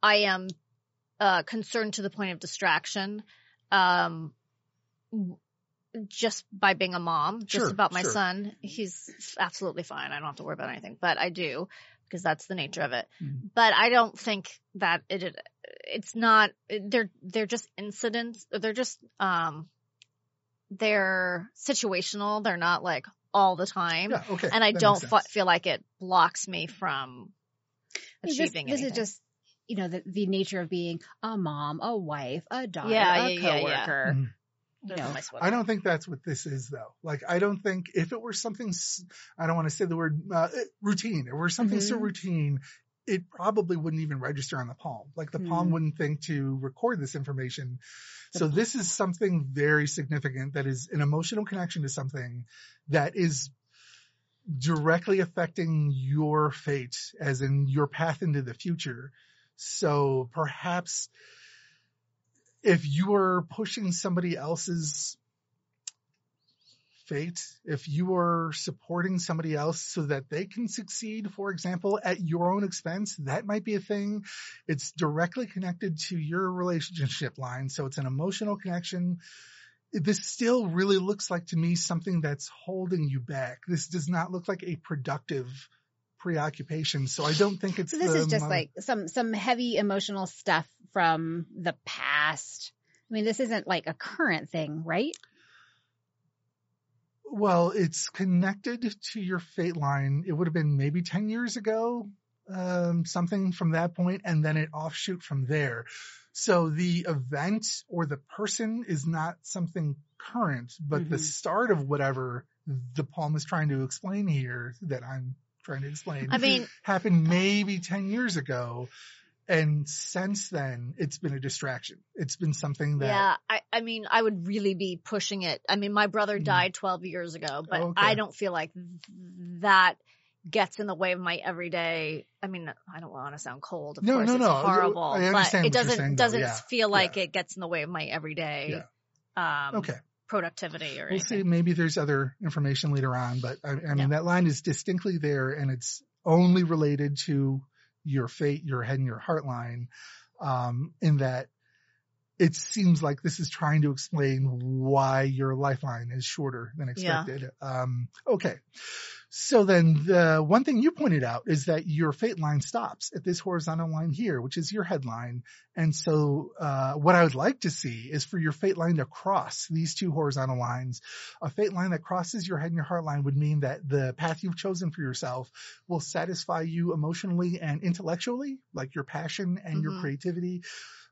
Speaker 2: I am, uh, concerned to the point of distraction, um, w- just by being a mom, just
Speaker 3: Sure,
Speaker 2: about my
Speaker 3: sure.
Speaker 2: son. He's absolutely fine. I don't have to worry about anything, but I do because that's the nature of it.
Speaker 3: Mhm.
Speaker 2: But I don't think that it, it it's not. They're they're just incidents. They're just um, they're situational. They're not like all the time
Speaker 3: yeah, okay.
Speaker 2: and I
Speaker 3: That
Speaker 2: don't
Speaker 3: makes
Speaker 2: fe-
Speaker 3: sense.
Speaker 2: feel like it blocks me
Speaker 1: I
Speaker 2: from
Speaker 1: mean, this-
Speaker 2: achieving
Speaker 1: this,
Speaker 2: anything.
Speaker 1: is just you know the, the nature of being a mom a wife a daughter
Speaker 2: Yeah,
Speaker 1: a
Speaker 2: yeah, yeah, yeah.
Speaker 1: coworker
Speaker 3: Mhm.
Speaker 1: you
Speaker 2: Those are
Speaker 1: know.
Speaker 2: my sweaters.
Speaker 3: I don't think that's what this is though. Like I don't think if it were something s- I don't want to say the word uh, eh, routine, if it were something so
Speaker 1: Mhm.
Speaker 3: routine, it probably wouldn't even register on the palm. Like the palm
Speaker 1: Mm.
Speaker 3: wouldn't think to record this information.
Speaker 1: The
Speaker 3: So this is something very significant that is an emotional connection to something that is directly affecting your fate as in your path into the future. So perhaps if you are pushing somebody else's fate, if you are supporting somebody else so that they can succeed, for example, at your own expense, that might be a thing. It's directly connected to your relationship line. So it's an emotional connection. This still really looks like to me something that's holding you back. This does not look like a productive preoccupation. So I don't think it's
Speaker 1: So this
Speaker 3: the
Speaker 1: is just
Speaker 3: mon-
Speaker 1: like some some heavy emotional stuff from the past. I mean, this isn't like a current thing, right?
Speaker 3: Well, it's connected to your fate line. It would have been maybe 10 years ago, um, something from that point, and then it offshoot from there. So the event or the person is not something current, but the
Speaker 1: Mhm.
Speaker 3: start of whatever the poem is trying to explain here that I'm trying to explain
Speaker 2: I mean,
Speaker 3: happened maybe 10 years ago. And since then, it's been a distraction. It's been something that
Speaker 2: yeah, I, I mean, I would really be pushing it. I mean, my brother
Speaker 3: Mm.
Speaker 2: died 12 years ago, but
Speaker 3: Okay.
Speaker 2: I don't feel like that gets in the way of my everyday. I mean, I don't want to sound cold. Of
Speaker 3: No,
Speaker 2: course,
Speaker 3: no,
Speaker 2: it's
Speaker 3: no. I-
Speaker 2: horrible,
Speaker 3: I
Speaker 2: but
Speaker 3: understand
Speaker 2: it
Speaker 3: what you're
Speaker 2: doesn't
Speaker 3: saying, though.
Speaker 2: doesn't
Speaker 3: Yeah.
Speaker 2: feel like it gets in the way of my everyday um,
Speaker 3: okay.
Speaker 2: productivity or
Speaker 3: We'll
Speaker 2: anything.
Speaker 3: see. Maybe there's other information later on, but I, I mean, that line is distinctly there and it's only related to your fate, your head, and your heart line. Um, in that it seems like this is trying to explain why your lifeline is shorter than expected. Um, okay. So then the one thing you pointed out is that your fate line stops at this horizontal line here, which is your headline. And so, uh, what I would like to see is for your fate line to cross these two horizontal lines. A fate line that crosses your head and your heart line would mean that the path you've chosen for yourself will satisfy you emotionally and intellectually, like your passion and your
Speaker 2: Mhm.
Speaker 3: creativity.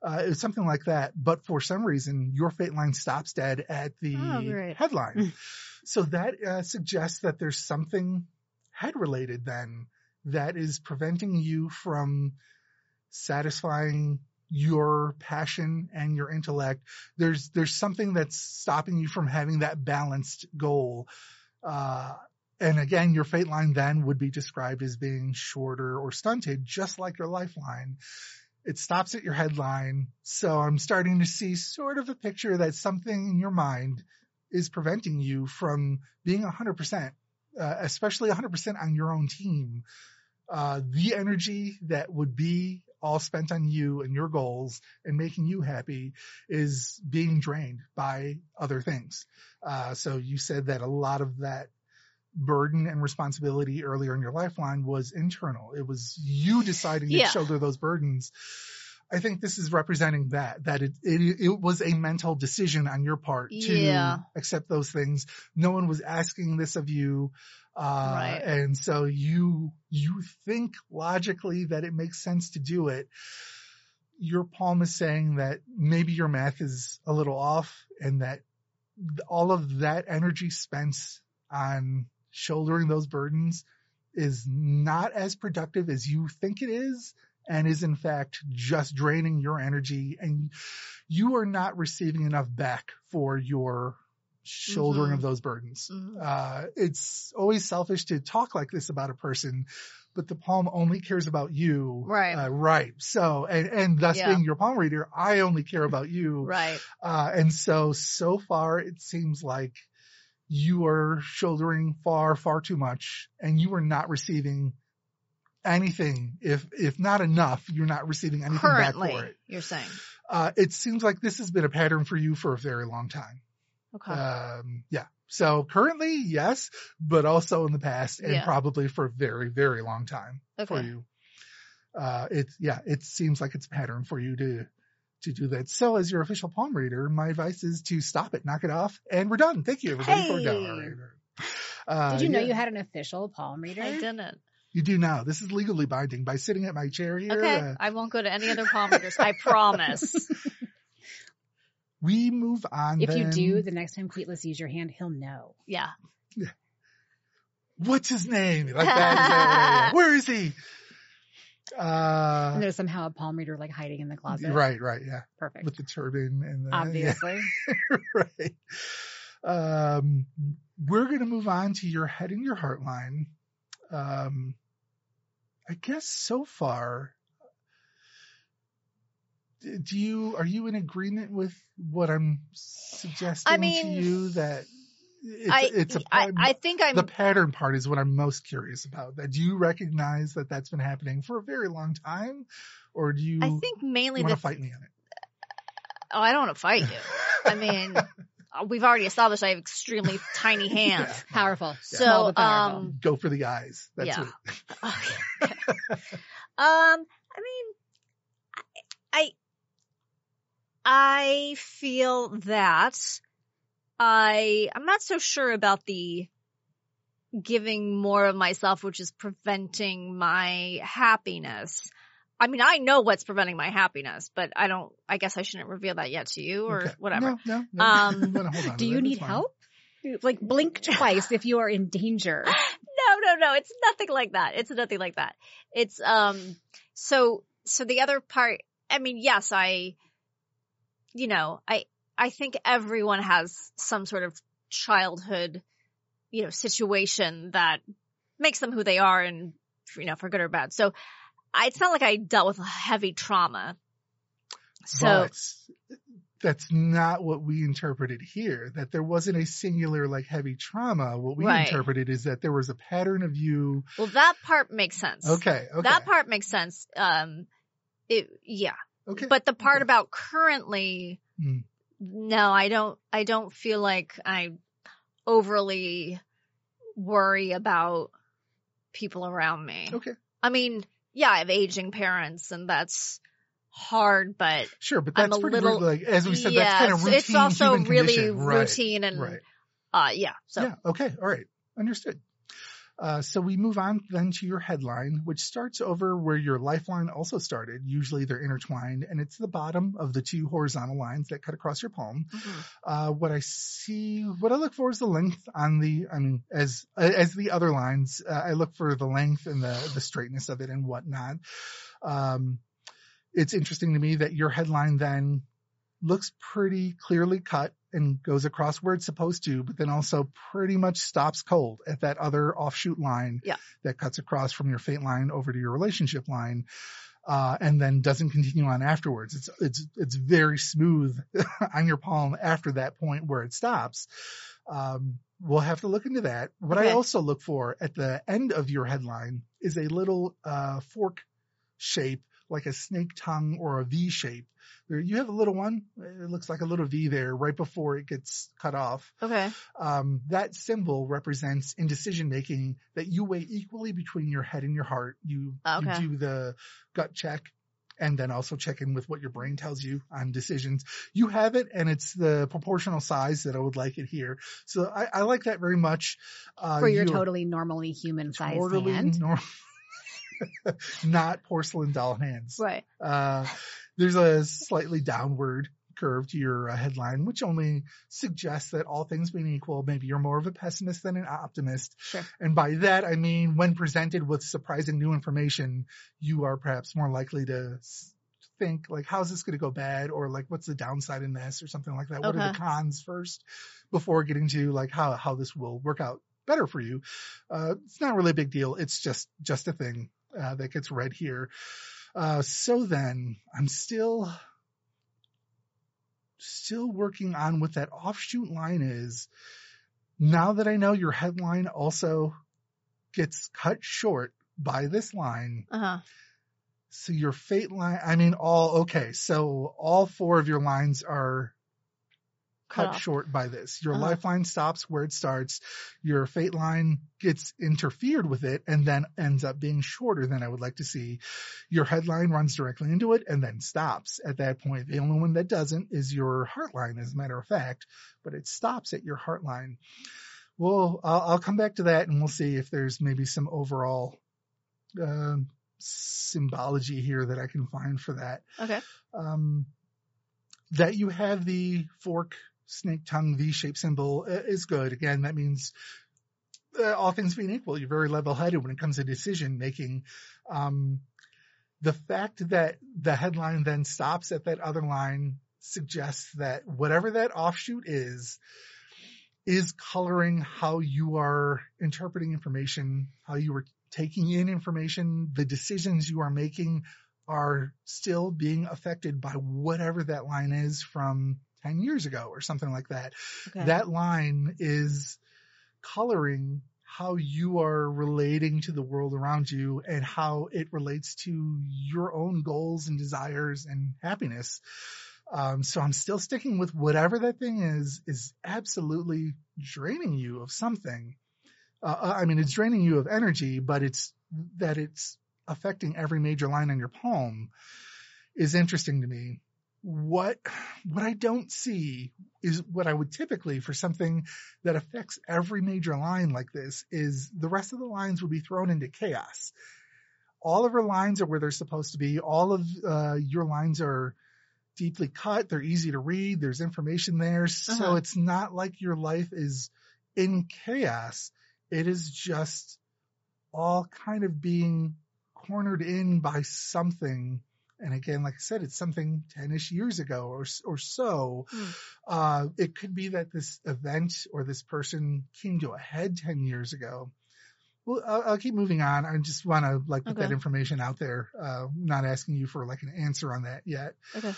Speaker 3: Uh, it was something like that. But for some reason, your fate line stops dead at the
Speaker 2: Oh, great.
Speaker 3: headline. so that uh, suggests that there's something head related then that is preventing you from satisfying your passion and your intellect there's there's something that's stopping you from having that balanced goal uh and again your fate line then would be described as being shorter or stunted just like your lifeline it stops at your headline so i'm starting to see sort of a picture that something in your mind is preventing you from being 100% uh, especially 100% on your own team uh, the energy that would be all spent on you and your goals and making you happy is being drained by other things. Uh, so you said that a lot of that burden and responsibility earlier in your lifeline was internal. It was you deciding
Speaker 2: Yeah.
Speaker 3: to shoulder those burdens. I think this is representing that, that it, it, it was a mental decision on your part to
Speaker 2: Yeah.
Speaker 3: accept those things. No one was asking this of you. Uh,
Speaker 2: Right.
Speaker 3: and so you, you think logically that it makes sense to do it your palm is saying that maybe your math is a little off and that th- all of that energy spent on shouldering those burdens is not as productive as you think it is and is in fact just draining your energy and you are not receiving enough back for your shouldering
Speaker 2: Mhm.
Speaker 3: of those burdens
Speaker 2: Mhm.
Speaker 3: uh, it's always selfish to talk like this about a person, but the palm only cares about you.
Speaker 2: Right.
Speaker 3: Uh, right. So, and, and thus
Speaker 2: Yeah.
Speaker 3: being your palm reader, I only care about you.
Speaker 2: Right.
Speaker 3: Uh, and so, so far, it seems like you are shouldering far, far too much and you are not receiving anything. If, if not enough, you're not receiving anything back
Speaker 2: Currently,
Speaker 3: for it.
Speaker 2: you're saying.
Speaker 3: Uh, it seems like this has been a pattern for you for a very long time.
Speaker 2: Okay.
Speaker 3: Um, yeah. So currently, yes, but also in the past and
Speaker 2: Yeah.
Speaker 3: probably for a very, very long time for
Speaker 2: okay.
Speaker 3: you. Uh, it, yeah, it seems like it's a pattern for you to, to do that. So as your official palm reader, my advice is to stop it, knock it off, and we're done. Thank you everybody for
Speaker 1: Hey.
Speaker 3: done. Uh,
Speaker 1: Did you know
Speaker 3: yeah.
Speaker 1: you had an official palm reader?
Speaker 2: I didn't.
Speaker 3: You do now. This is legally binding by sitting at my chair here.
Speaker 2: Okay.
Speaker 3: uh,
Speaker 2: I won't go to any other palm readers. I promise.
Speaker 3: we move on.
Speaker 1: If you
Speaker 3: then.
Speaker 1: do, the next time Queetla sees your hand, he'll know.
Speaker 2: Yeah.
Speaker 3: what's his name? Like that. is that what I- Where is he? Uh,
Speaker 1: And there's somehow a palm reader like hiding in the closet.
Speaker 3: Right, right, yeah,
Speaker 1: Perfect.
Speaker 3: with the turban and the
Speaker 1: Obviously.
Speaker 3: yeah, right. Um, we're gonna move on to your head and your heart line. Um, I guess so far, do you are you in agreement with what I'm suggesting
Speaker 2: mean,
Speaker 3: to you that it's,
Speaker 2: I,
Speaker 3: it's a
Speaker 2: I,
Speaker 3: prime-
Speaker 2: I think I'm
Speaker 3: the pattern part is what I'm most curious about. That do you recognize that that's been happening for a very long time, or do you
Speaker 2: I think mainly
Speaker 3: want
Speaker 2: the
Speaker 3: to fight me on it?
Speaker 2: oh I don't want to fight you. I mean, uh, we've already established I have extremely tiny hands.
Speaker 3: Yeah.
Speaker 1: Powerful. Small
Speaker 2: So
Speaker 1: but powerful.
Speaker 2: um
Speaker 3: Go for the eyes. That's
Speaker 2: Yeah.
Speaker 3: it.
Speaker 2: okay. um I mean I I feel that I I'm not so sure about the giving more of myself which is preventing my happiness. I mean, I know what's preventing my happiness, but I don't I guess I shouldn't reveal that yet to you or
Speaker 3: Okay.
Speaker 2: whatever.
Speaker 3: No, no, no.
Speaker 2: Um,
Speaker 3: You wanna hold on
Speaker 1: Do
Speaker 3: to
Speaker 1: you
Speaker 3: that,
Speaker 1: need
Speaker 3: it's fine.
Speaker 1: help? Like blink twice if you are in danger.
Speaker 3: Uh,
Speaker 2: no, no, no. It's nothing like that. It's nothing like that. It's um so so the other part I mean, yes, I you know, I I think everyone has some sort of childhood, you know, situation that makes them who they are and you know, for good or bad. So I, it's not like I dealt with heavy trauma. So
Speaker 3: But that's not what we interpreted here. That there wasn't a singular like heavy trauma. What we
Speaker 2: Right.
Speaker 3: interpreted is that there was a pattern of you.
Speaker 2: well that part makes sense.
Speaker 3: Okay. Okay.
Speaker 2: That part makes sense. Um it yeah.
Speaker 3: okay.
Speaker 2: But the part
Speaker 3: Okay.
Speaker 2: about currently,
Speaker 3: Hmm.
Speaker 2: no, I don't. I don't feel like I overly worry about people around me.
Speaker 3: okay.
Speaker 2: I mean, yeah, I have aging parents, and that's hard, but
Speaker 3: Sure, but
Speaker 2: I'm
Speaker 3: that's
Speaker 2: a
Speaker 3: pretty
Speaker 2: little-
Speaker 3: like as we said, that's
Speaker 2: yeah,
Speaker 3: kind of routine.
Speaker 2: it's also
Speaker 3: human
Speaker 2: really
Speaker 3: condition. Right,
Speaker 2: routine and
Speaker 3: Right.
Speaker 2: uh, yeah. So
Speaker 3: Yeah. Okay. All right. Understood. Uh, so we move on then to your headline, which starts over where your lifeline also started. Usually they're intertwined, and it's the bottom of the two horizontal lines that cut across your poem.
Speaker 2: Mhm.
Speaker 3: Uh, what I see, what I look for is the length on the. I mean, as as the other lines, uh, I look for the length and the the straightness of it and whatnot. Um, it's interesting to me that your headline then looks pretty clearly cut and goes across where it's supposed to, but then also pretty much stops cold at that other offshoot line
Speaker 2: Yeah.
Speaker 3: that cuts across from your faint line over to your relationship line. Uh, and then doesn't continue on afterwards. It's it's it's very smooth on your palm after that point where it stops. Um, we'll have to look into that. What I
Speaker 2: Okay.
Speaker 3: also look for at the end of your headline is a little uh, fork shape, like a snake tongue or a V shape. There, you have a little one. It looks like a little V there right before it gets cut off.
Speaker 2: okay,
Speaker 3: Um, that symbol represents in decision making that you weigh equally between your head and your heart. You,
Speaker 2: Okay.
Speaker 3: you do the gut check and then also check in with what your brain tells you on decisions. You have it and it's the proportional size that I would like it here. So I, I like that very much. Uh,
Speaker 1: For your
Speaker 3: you are
Speaker 1: totally normally human sized
Speaker 3: totally
Speaker 1: hand.
Speaker 3: normal- Not porcelain doll hands.
Speaker 2: right.
Speaker 3: Uh, there's a slightly downward curve to your uh, headline, which only suggests that all things being equal, maybe you're more of a pessimist than an optimist.
Speaker 2: Sure.
Speaker 3: And by that, I mean when presented with surprising new information, you are perhaps more likely to s- think like, how's this going to go bad? Or like, what's the downside in this or something like that? What are the
Speaker 2: Okay.
Speaker 3: cons first before getting to like how, how this will work out better for you? Uh, it's not really a big deal. It's just, just a thing uh, that gets read here. Uh, so then I'm still still working on what that offshoot line is. Now that I know your headline also gets cut short by this line,
Speaker 2: Uh huh.
Speaker 3: so your fate line, I mean, all okay. So all four of your lines are cut short by this. Your
Speaker 2: Uh-huh.
Speaker 3: lifeline stops where it starts. Your fate line gets interfered with it and then ends up being shorter than I would like to see. Your headline runs directly into it and then stops at that point. The only one that doesn't is your heartline, as a matter of fact, but it stops at your heartline. Well, I'll, I'll come back to that and we'll see if there's maybe some overall um, symbology here that I can find for that
Speaker 2: Okay.
Speaker 3: um, that you have the fork, snake tongue, V-shaped symbol uh, is good. Again, that means uh, all things being equal, you're very level-headed when it comes to decision making. Um, the fact that the headline then stops at that other line suggests that whatever that offshoot is, is coloring how you are interpreting information, how you are taking in information, the decisions you are making are still being affected by whatever that line is from 10 years ago or something like that.
Speaker 2: Okay.
Speaker 3: That line is coloring how you are relating to the world around you and how it relates to your own goals and desires and happiness. Um, so I'm still sticking with whatever that thing is, is absolutely draining you of something. Uh, I mean, it's draining you of energy, but it's that it's affecting every major line on your poem is interesting to me. What, what I don't see is what I would typically for something that affects every major line like this is the rest of the lines would be thrown into chaos. All of her lines are where they're supposed to be. All of uh, your lines are deeply cut. They're easy to read. There's information there. So
Speaker 2: Uh-huh.
Speaker 3: it's not like your life is in chaos. It is just all kind of being cornered in by something. And again, like I said, it's something 10 ish years ago or, s- or so.
Speaker 2: Hmm.
Speaker 3: Uh, it could be that this event or this person came to a head 10 years ago. Well, I'll, I'll keep moving on. I just want to like put
Speaker 2: Okay.
Speaker 3: that information out there. Uh, not asking you for like an answer on that yet.
Speaker 2: Okay.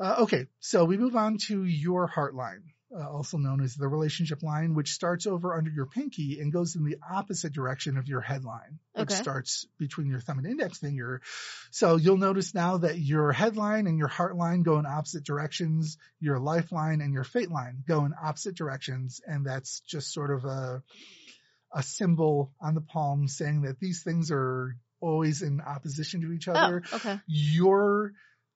Speaker 3: Uh, okay, so we move on to your heart line, uh, also known as the relationship line, which starts over under your pinky and goes in the opposite direction of your headline, which
Speaker 2: Okay.
Speaker 3: starts between your thumb and index finger. So you'll notice now that your headline and your heart line go in opposite directions, your lifeline and your fate line go in opposite directions, and that's just sort of a a symbol on the palm saying that these things are always in opposition to each other
Speaker 2: Oh, okay.
Speaker 3: your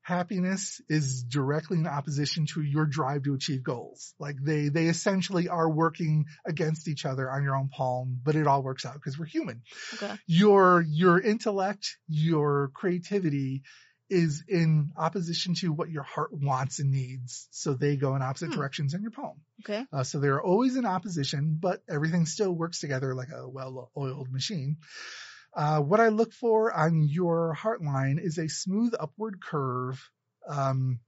Speaker 3: happiness is directly in opposition to your drive to achieve goals. Like they they essentially are working against each other on your own palm, but it all works out because we're human.
Speaker 2: Okay.
Speaker 3: Your your intellect, your creativity is in opposition to what your heart wants and needs. So they go in opposite
Speaker 2: Hmm.
Speaker 3: directions in your palm.
Speaker 2: Okay.
Speaker 3: Uh, so they're always in opposition, but everything still works together like a well oiled machine. Uh, what I look for on your heart line is a smooth upward curve, um,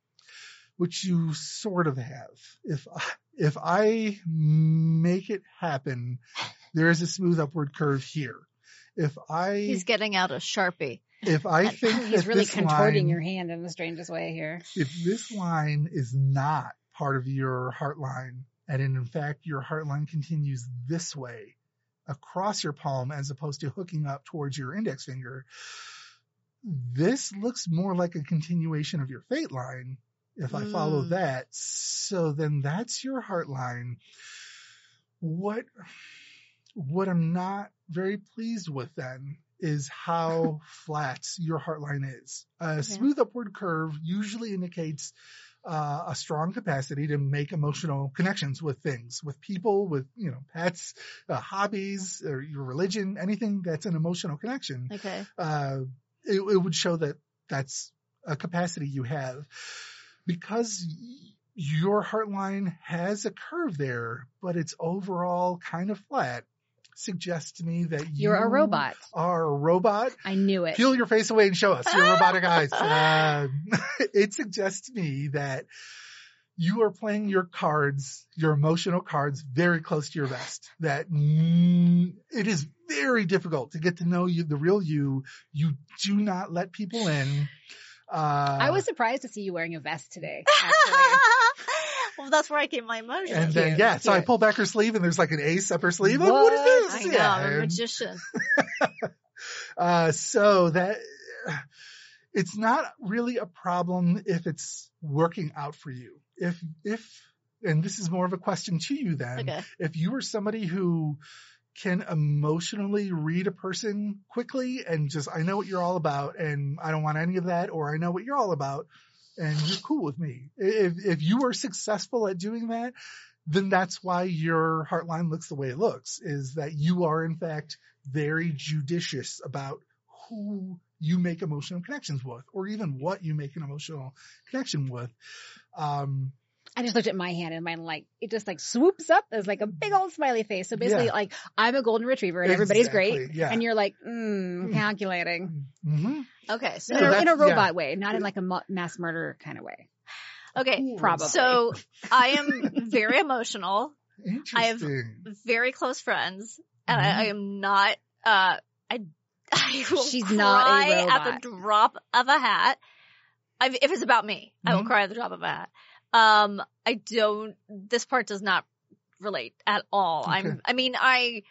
Speaker 3: which you sort of have. If I- if I make it happen, there is a smooth upward curve here. If I
Speaker 2: He's getting out a sharpie.
Speaker 3: if I think
Speaker 1: He's
Speaker 3: that
Speaker 1: really
Speaker 3: this
Speaker 1: contorting
Speaker 3: line-
Speaker 1: your hand in the strangest way here.
Speaker 3: if this line is not part of your heart line, and in fact your heart line continues this way across your palm as opposed to hooking up towards your index finger, this looks more like a continuation of your fate line. If I follow
Speaker 2: Mm.
Speaker 3: that, so then that's your heart line. What what I'm not very pleased with then is how flat your heart line is. A smooth upward curve usually indicates uh, a strong capacity to make emotional connections with things, with people, with you know pets, uh, hobbies, or your religion, anything that's an emotional connection.
Speaker 2: Okay.
Speaker 3: Uh, it, it would show that that's a capacity you have because y- your heart line has a curve there, but it's overall kind of flat. Suggests to me that
Speaker 1: You're
Speaker 3: you
Speaker 1: a robot.
Speaker 3: Are a robot
Speaker 1: I knew it.
Speaker 3: peel your face away and show us your robotic eyes. Uh, it suggests to me that you are playing your cards, your emotional cards, very close to your vest. That mm, it is very difficult to get to know you, the real you. You do not let people in. Uh,
Speaker 1: I was surprised to see you wearing a vest today. Actually.
Speaker 2: well, that's where I get my emotion.
Speaker 3: And then
Speaker 1: Cute,
Speaker 3: yeah, so I
Speaker 1: cute.
Speaker 3: pull back her sleeve and there's like an ace up her sleeve. Like, what is
Speaker 2: I
Speaker 3: this?
Speaker 2: know.
Speaker 3: yeah.
Speaker 2: I'm a
Speaker 3: and-
Speaker 2: magician.
Speaker 3: Uh, so that it's not really a problem if it's working out for you. If if and this is more of a question to you then.
Speaker 2: Okay.
Speaker 3: If you are somebody who can emotionally read a person quickly and just I know what you're all about and I don't want any of that or I know what you're all about and you're cool with me. If if you are successful at doing that, then that's why your heartline looks the way it looks is that you are in fact very judicious about who you make emotional connections with or even what you make an emotional connection with um
Speaker 1: I just looked at my hand and mine like it just like swoops up as like a big old smiley face. So basically,
Speaker 3: Yeah.
Speaker 1: like I'm a golden retriever and everybody's great,
Speaker 3: exactly, yeah
Speaker 1: and you're like mm,
Speaker 3: Mm.
Speaker 1: calculating
Speaker 3: Mhm.
Speaker 2: Okay. So,
Speaker 1: in, a,
Speaker 3: that's-
Speaker 1: in a
Speaker 3: yeah.
Speaker 1: robot way, not in like a mu- mass murder kind of way.
Speaker 2: okay.
Speaker 3: Cool.
Speaker 1: Probably.
Speaker 2: So I am very emotional, I have-
Speaker 3: interesting Mm-hmm.
Speaker 2: very close friends, and I, I am not, uh, I, I will
Speaker 1: She's
Speaker 2: cry
Speaker 1: not a
Speaker 2: at the drop of a hat. I, if it's about me, I will
Speaker 3: Mhm.
Speaker 2: cry at the drop of a hat. Um, I don't. This part does not relate at all. I'm.
Speaker 3: Okay.
Speaker 2: I mean, I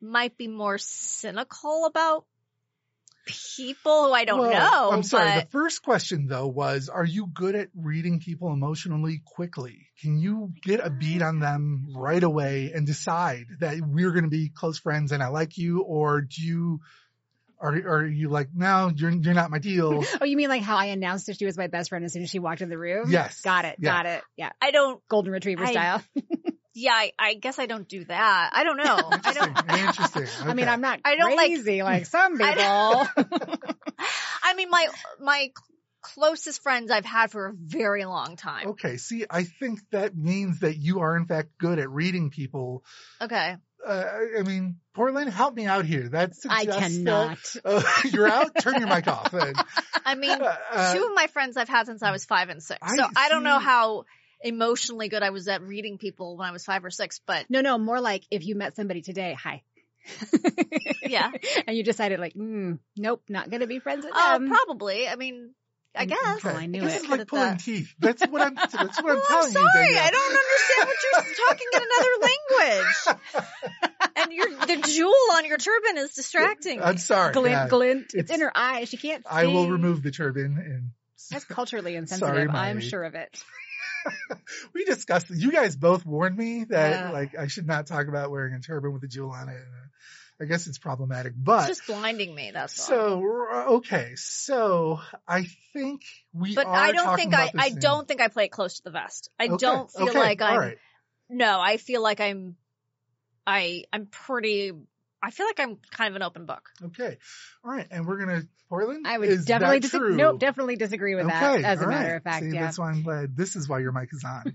Speaker 2: might be more cynical about people who I don't
Speaker 3: Mm-hmm.
Speaker 2: know.
Speaker 3: Well, I'm sorry.
Speaker 2: but
Speaker 3: The first question though was, are you good at reading people emotionally quickly? Can
Speaker 2: Oh
Speaker 3: you get a beat on them right away and decide that we're going to be close friends and I like you, or do you? Are, are you like no? You're you're not my deal.
Speaker 1: Oh, you mean like how I announced that she was my best friend as soon as she walked in the room?
Speaker 3: Yes.
Speaker 1: Got it.
Speaker 3: Yeah.
Speaker 1: Got it. Yeah.
Speaker 2: I don't.
Speaker 1: Golden retriever
Speaker 2: I-
Speaker 1: style.
Speaker 2: Yeah, I, I guess I don't do that. I don't know. I don't.
Speaker 3: Interesting. Interesting.
Speaker 1: I mean,
Speaker 3: Okay.
Speaker 1: I'm not
Speaker 2: I don't like-
Speaker 1: crazy like, some
Speaker 2: I don't-
Speaker 1: people.
Speaker 2: I mean, my my closest friends I've had for a very long time.
Speaker 3: okay. See, I think that means that you are in fact good at reading people.
Speaker 2: Okay.
Speaker 3: Uh, I mean, Portland, help me out here. That's
Speaker 1: I cannot.
Speaker 3: Uh, you're out. Turn your mic off. Then.
Speaker 2: I mean,
Speaker 3: Uh,
Speaker 2: two of my friends I've had since I was five and six.
Speaker 3: I
Speaker 2: so I don't know
Speaker 3: see.
Speaker 2: how emotionally good I was at reading people when I was five or six, but
Speaker 1: No, no, more like if you met somebody today, hi.
Speaker 2: yeah.
Speaker 1: And you decided like, mm, nope, not going to be friends with
Speaker 2: uh,
Speaker 1: them.
Speaker 2: probably. I mean, Oh, I
Speaker 1: Mm,
Speaker 2: guess.
Speaker 1: okay. I knew
Speaker 3: uh, this
Speaker 1: it.
Speaker 3: is
Speaker 2: Look
Speaker 3: like
Speaker 2: at
Speaker 3: pulling
Speaker 2: that.
Speaker 3: teeth. That's what I'm. That's what I'm
Speaker 2: Well,
Speaker 3: telling
Speaker 2: I'm Oh, sorry.
Speaker 3: you. Danielle.
Speaker 2: I don't understand what you're talking in another language. and your the jewel on your turban is distracting.
Speaker 3: I'm
Speaker 2: me.
Speaker 3: sorry.
Speaker 1: glint,
Speaker 3: yeah.
Speaker 1: glint. It's,
Speaker 3: It's-
Speaker 1: in her eye. She can't see.
Speaker 3: I will remove the turban,
Speaker 1: That's
Speaker 3: and
Speaker 1: culturally insensitive.
Speaker 3: Sorry,
Speaker 1: I'm
Speaker 3: my-
Speaker 1: sure of it.
Speaker 3: we discussed. You guys both warned me that
Speaker 2: Yeah.
Speaker 3: like I should not talk about wearing a turban with a jewel on it. and, uh, I guess it's problematic, but
Speaker 2: It's just blinding me. That's all.
Speaker 3: so r- uh, okay. So I think we
Speaker 2: but
Speaker 3: are.
Speaker 2: I don't
Speaker 3: talking
Speaker 2: think I,
Speaker 3: about the
Speaker 2: I
Speaker 3: same-
Speaker 2: don't think I play it close to the vest. I
Speaker 3: Okay,
Speaker 2: don't feel
Speaker 3: okay,
Speaker 2: like
Speaker 3: all
Speaker 2: I'm
Speaker 3: right.
Speaker 2: no, I feel like I'm I I'm pretty I feel like I'm kind of an open book.
Speaker 3: Okay, all right, and we're gonna Portland.
Speaker 1: I would
Speaker 3: is that
Speaker 1: definitely disagree.
Speaker 3: true?
Speaker 1: Nope, definitely disagree with that.
Speaker 3: Okay,
Speaker 1: As a
Speaker 3: all
Speaker 1: matter
Speaker 3: right.
Speaker 1: of fact,
Speaker 3: See,
Speaker 1: yeah.
Speaker 3: That's why I'm glad. This is why your mic is on.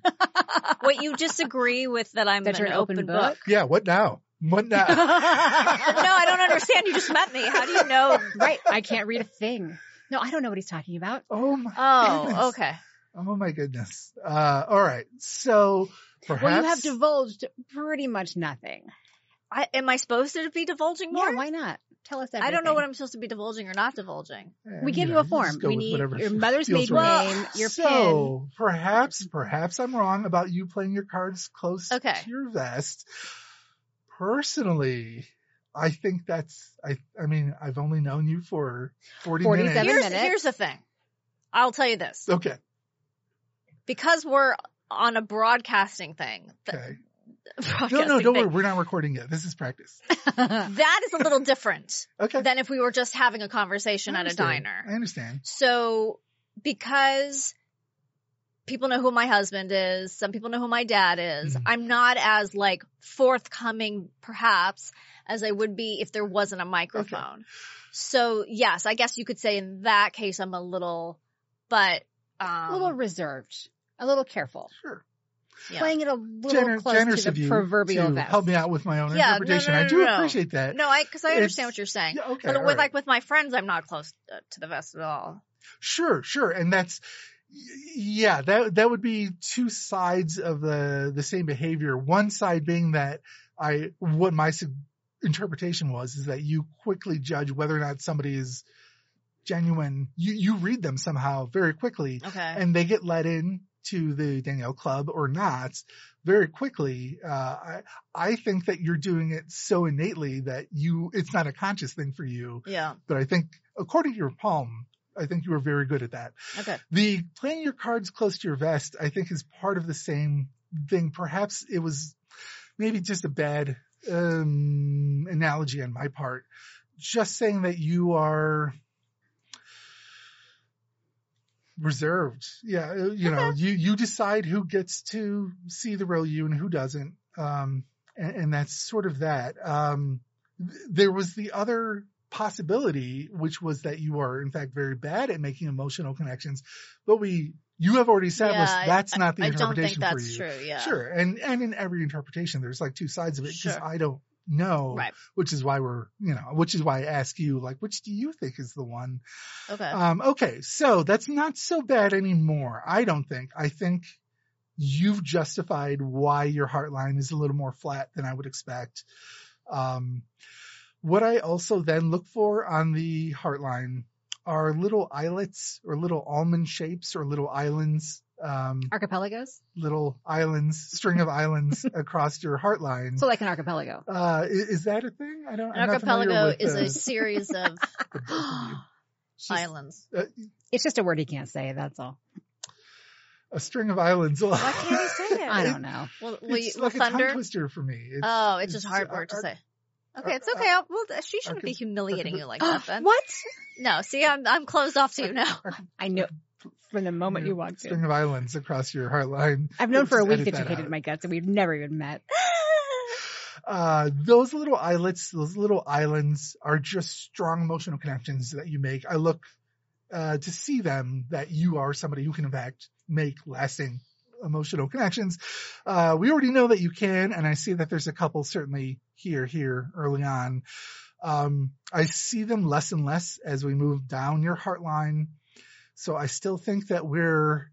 Speaker 2: Wait, you disagree with that I'm
Speaker 1: That you're an open book?
Speaker 3: yeah. What now? What now?
Speaker 2: no, I don't understand. You just met me. How do you know?
Speaker 1: right. I can't read a thing. No, I don't know what he's talking about.
Speaker 3: Oh my goodness.
Speaker 2: Oh, okay.
Speaker 3: Oh my goodness. Uh, all right. So perhaps
Speaker 1: Well, you have divulged pretty much nothing.
Speaker 2: I, am I supposed to be divulging more?
Speaker 1: Yeah, why not? Tell us everything.
Speaker 2: I don't know what I'm supposed to be divulging or not divulging.
Speaker 1: We
Speaker 3: eh, Yeah,
Speaker 1: give you
Speaker 3: know,
Speaker 1: a
Speaker 3: just
Speaker 1: form.
Speaker 3: go
Speaker 1: We
Speaker 3: with
Speaker 1: need
Speaker 3: whatever
Speaker 1: your mother's
Speaker 3: feels
Speaker 1: maiden
Speaker 2: right.
Speaker 1: name, your pin.
Speaker 3: so perhaps, perhaps I'm wrong about you playing your cards close
Speaker 2: Okay.
Speaker 3: to your vest. Personally, I think that's. I. I mean, I've only known you for forty
Speaker 1: 47
Speaker 3: minutes.
Speaker 2: Here's
Speaker 1: minutes.
Speaker 2: here's the thing. I'll tell you this.
Speaker 3: Okay.
Speaker 2: Because we're on a broadcasting thing. th-
Speaker 3: Okay. No,
Speaker 2: broadcasting
Speaker 3: no, don't
Speaker 2: thing,
Speaker 3: worry. We're not recording yet. This is practice.
Speaker 2: That is a little different
Speaker 3: Okay.
Speaker 2: than if we were just having a conversation
Speaker 3: I
Speaker 2: at a
Speaker 3: understand.
Speaker 2: diner.
Speaker 3: I understand.
Speaker 2: So because people know who my husband is, some people know who my dad is,
Speaker 3: Mhm.
Speaker 2: I'm not as like forthcoming perhaps as I would be if there wasn't a microphone. So yes, I guess you could say in that case I'm a little but um
Speaker 1: a little reserved, a little careful,
Speaker 3: Sure.
Speaker 2: yeah.
Speaker 1: playing it a little
Speaker 3: Gener-
Speaker 1: close
Speaker 3: generous
Speaker 1: to
Speaker 3: of
Speaker 1: the
Speaker 3: you
Speaker 1: proverbial
Speaker 3: to
Speaker 1: vest.
Speaker 3: help me out with my own
Speaker 2: Yeah, no,
Speaker 3: interpretation.
Speaker 2: no,
Speaker 3: I
Speaker 2: no,
Speaker 3: do
Speaker 2: no, no.
Speaker 3: appreciate that.
Speaker 2: No, I cuz I understand
Speaker 3: It's-
Speaker 2: what you're saying.
Speaker 3: Yeah, okay.
Speaker 2: but
Speaker 3: all
Speaker 2: with
Speaker 3: right.
Speaker 2: like with my friends I'm not close uh, to the vest at all.
Speaker 3: Sure, sure. And that's y- yeah, that that would be two sides of the the same behavior. One side being that I what my su- interpretation was is that you quickly judge whether or not somebody is genuine. You you read them somehow very quickly
Speaker 2: Okay.
Speaker 3: and they get let in to the Danielle Club or not very quickly. Uh, I I think that you're doing it so innately that you it's not a conscious thing for you,
Speaker 2: Yeah.
Speaker 3: but I think according to your palm, I think you were very good at that.
Speaker 2: Okay.
Speaker 3: The playing your cards close to your vest, I think, is part of the same thing. Perhaps it was maybe just a bad um, analogy on my part. Just saying that you are reserved. Yeah, uh, you know, you you decide who gets to see the real you and who doesn't. Um, and, and that's sort of that. Um, th- there was the other possibility, which was that you are in fact very bad at making emotional connections, but we you have already established
Speaker 2: Yeah, I-
Speaker 3: that's not the
Speaker 2: I don't think
Speaker 3: interpretation for
Speaker 2: that's
Speaker 3: you.
Speaker 2: true. Yeah.
Speaker 3: Sure, and and in every interpretation, there's like two sides of it because
Speaker 2: Sure.
Speaker 3: I don't know,
Speaker 2: Right.
Speaker 3: which is why we're you know, which is why I ask you like, which do you think is the one?
Speaker 2: Okay.
Speaker 3: Um, okay, so that's not so bad anymore. I don't think. I think you've justified why your heart line is a little more flat than I would expect. Um, What I also then look for on the heartline are little islets or little almond shapes or little islands, um,
Speaker 1: Archipelagos?
Speaker 3: little islands, string of islands across your heartline.
Speaker 1: So like an archipelago.
Speaker 3: uh, i- is, that a thing? I don't.
Speaker 2: An
Speaker 3: I'm not familiar
Speaker 2: archipelago
Speaker 3: with
Speaker 2: is a
Speaker 3: the-
Speaker 2: series of
Speaker 3: the both of you.
Speaker 1: She's-
Speaker 2: islands.
Speaker 1: It's just a word he can't say, that's all.
Speaker 3: a string of islands. Why
Speaker 2: can't he say it?
Speaker 1: I don't know.
Speaker 2: Well, will you,
Speaker 3: It's
Speaker 2: will
Speaker 3: like a tongue
Speaker 2: thunder.
Speaker 3: twister for me. It's,
Speaker 2: Oh, it's just
Speaker 3: it's
Speaker 2: hard
Speaker 3: ar-
Speaker 2: word to
Speaker 3: ar-
Speaker 2: say. Okay, it's
Speaker 3: ar-
Speaker 2: okay. I'll- Well, she shouldn't be
Speaker 3: archi-
Speaker 2: humiliating
Speaker 3: archi-
Speaker 2: you like that. Then
Speaker 1: what?
Speaker 2: no, see, I'm I'm closed off to you now.
Speaker 1: I knew from the moment
Speaker 3: Yeah,
Speaker 1: you walked in.
Speaker 3: string of islands across your heartline.
Speaker 1: I've known
Speaker 3: We'll
Speaker 1: for a
Speaker 3: just
Speaker 1: week
Speaker 3: edit
Speaker 1: that you
Speaker 3: that
Speaker 1: hated
Speaker 3: out.
Speaker 1: my guts and we've never even met.
Speaker 3: Uh, those little islets, those little islands are just strong emotional connections that you make. I look uh, to see them that you are somebody who can, in fact, make lasting emotional connections. Uh, we already know that you can, and I see that there's a couple certainly here, here early on. Um, I see them less and less as we move down your heartline. So I still think that we're.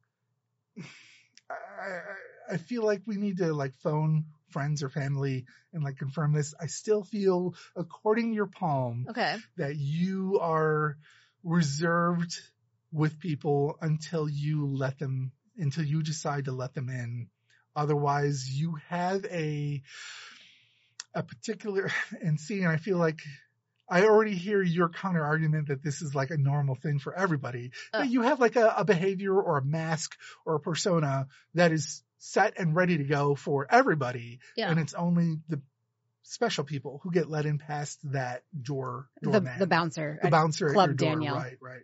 Speaker 3: I, I- I feel like we need to like phone friends or family and like confirm this. I still feel, according to your palm,
Speaker 2: Okay,
Speaker 3: that you are reserved with people until you let them until you decide to let them in otherwise you have a a particular and see and i feel like i already hear your counter argument that this is like a normal thing for everybody
Speaker 2: Oh.
Speaker 3: that you have like a, a behavior or a mask or a persona that is set and ready to go for everybody
Speaker 2: Yeah.
Speaker 3: and it's only the special people who get let in past that door
Speaker 1: The,
Speaker 3: doorman
Speaker 1: the bouncer.
Speaker 3: the
Speaker 1: at-
Speaker 3: bouncer at
Speaker 1: Club
Speaker 3: your door.
Speaker 1: Danielle.
Speaker 3: Right, right.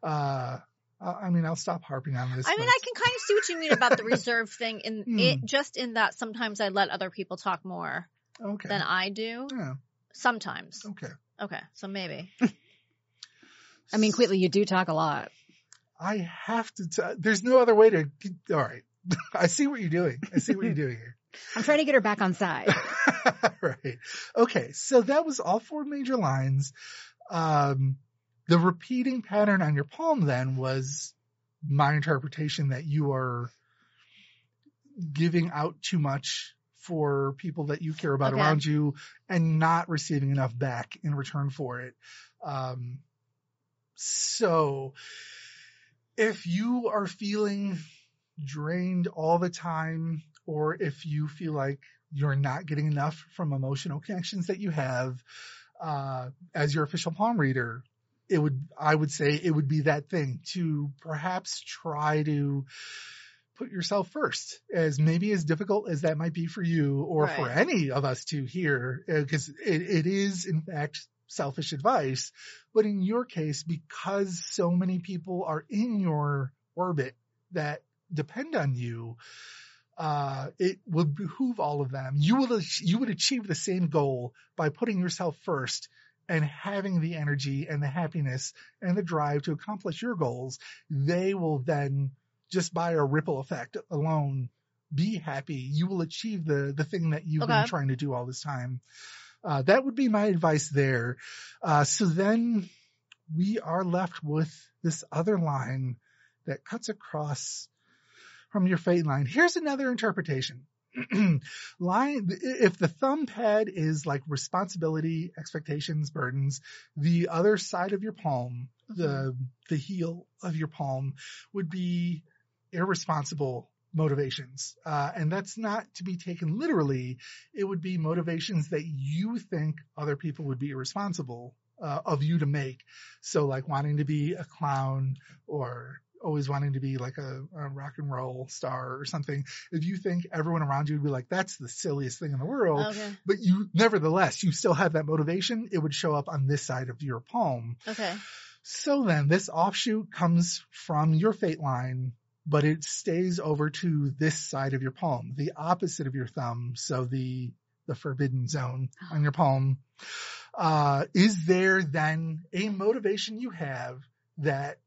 Speaker 3: Uh, I I mean, I'll stop harping on this.
Speaker 2: I mean,
Speaker 3: but-
Speaker 2: I can kind of see what you mean about the reserve thing. In
Speaker 3: Hmm.
Speaker 2: it, just in that sometimes I let other people talk more
Speaker 3: okay.
Speaker 2: than I do.
Speaker 3: yeah,
Speaker 2: Sometimes.
Speaker 3: okay.
Speaker 2: Okay, so maybe.
Speaker 1: I mean, Quitely, you do talk a lot.
Speaker 3: I have to. T- There's no other way to. All right. I see what you're doing. I see what you're doing here.
Speaker 1: I'm trying to get her back on side.
Speaker 3: right. Okay. So that was all four major lines. Um, the repeating pattern on your palm then was my interpretation that you are giving out too much for people that you care about
Speaker 2: Okay.
Speaker 3: around you and not receiving enough back in return for it. Um, so if you are feeling drained all the time, or if you feel like you're not getting enough from emotional connections that you have uh, as your official palm reader, it would I would say it would be that thing to perhaps try to put yourself first, as maybe as difficult as that might be for you or for
Speaker 2: Right.
Speaker 3: any of us to hear, because it, it is in fact selfish advice. But in your case, because so many people are in your orbit that depend on you, uh, it will behoove all of them. You will you would achieve the same goal by putting yourself first and having the energy and the happiness and the drive to accomplish your goals. They will then just by a ripple effect alone be happy. You will achieve the the thing that you've been
Speaker 2: Okay.
Speaker 3: trying to do all this time. Uh, that would be my advice there. Uh, so then we are left with this other line that cuts across from your fate line. Here's another interpretation. line if the thumb pad is like responsibility, expectations, burdens, the other side of your palm, the the heel of your palm would be irresponsible motivations. Uh, and that's not to be taken literally. It would be motivations that you think other people would be irresponsible uh, of you to make. So like wanting to be a clown or always wanting to be like a, a rock and roll star or something. If you think everyone around you would be like, that's the silliest thing in the world,
Speaker 2: Okay.
Speaker 3: but you nevertheless, you still have that motivation. It would show up on this side of your palm.
Speaker 2: Okay.
Speaker 3: So then, this offshoot comes from your fate line, but it stays over to this side of your palm, the opposite of your thumb, so the the forbidden zone on your palm. Uh, is there then a motivation you have that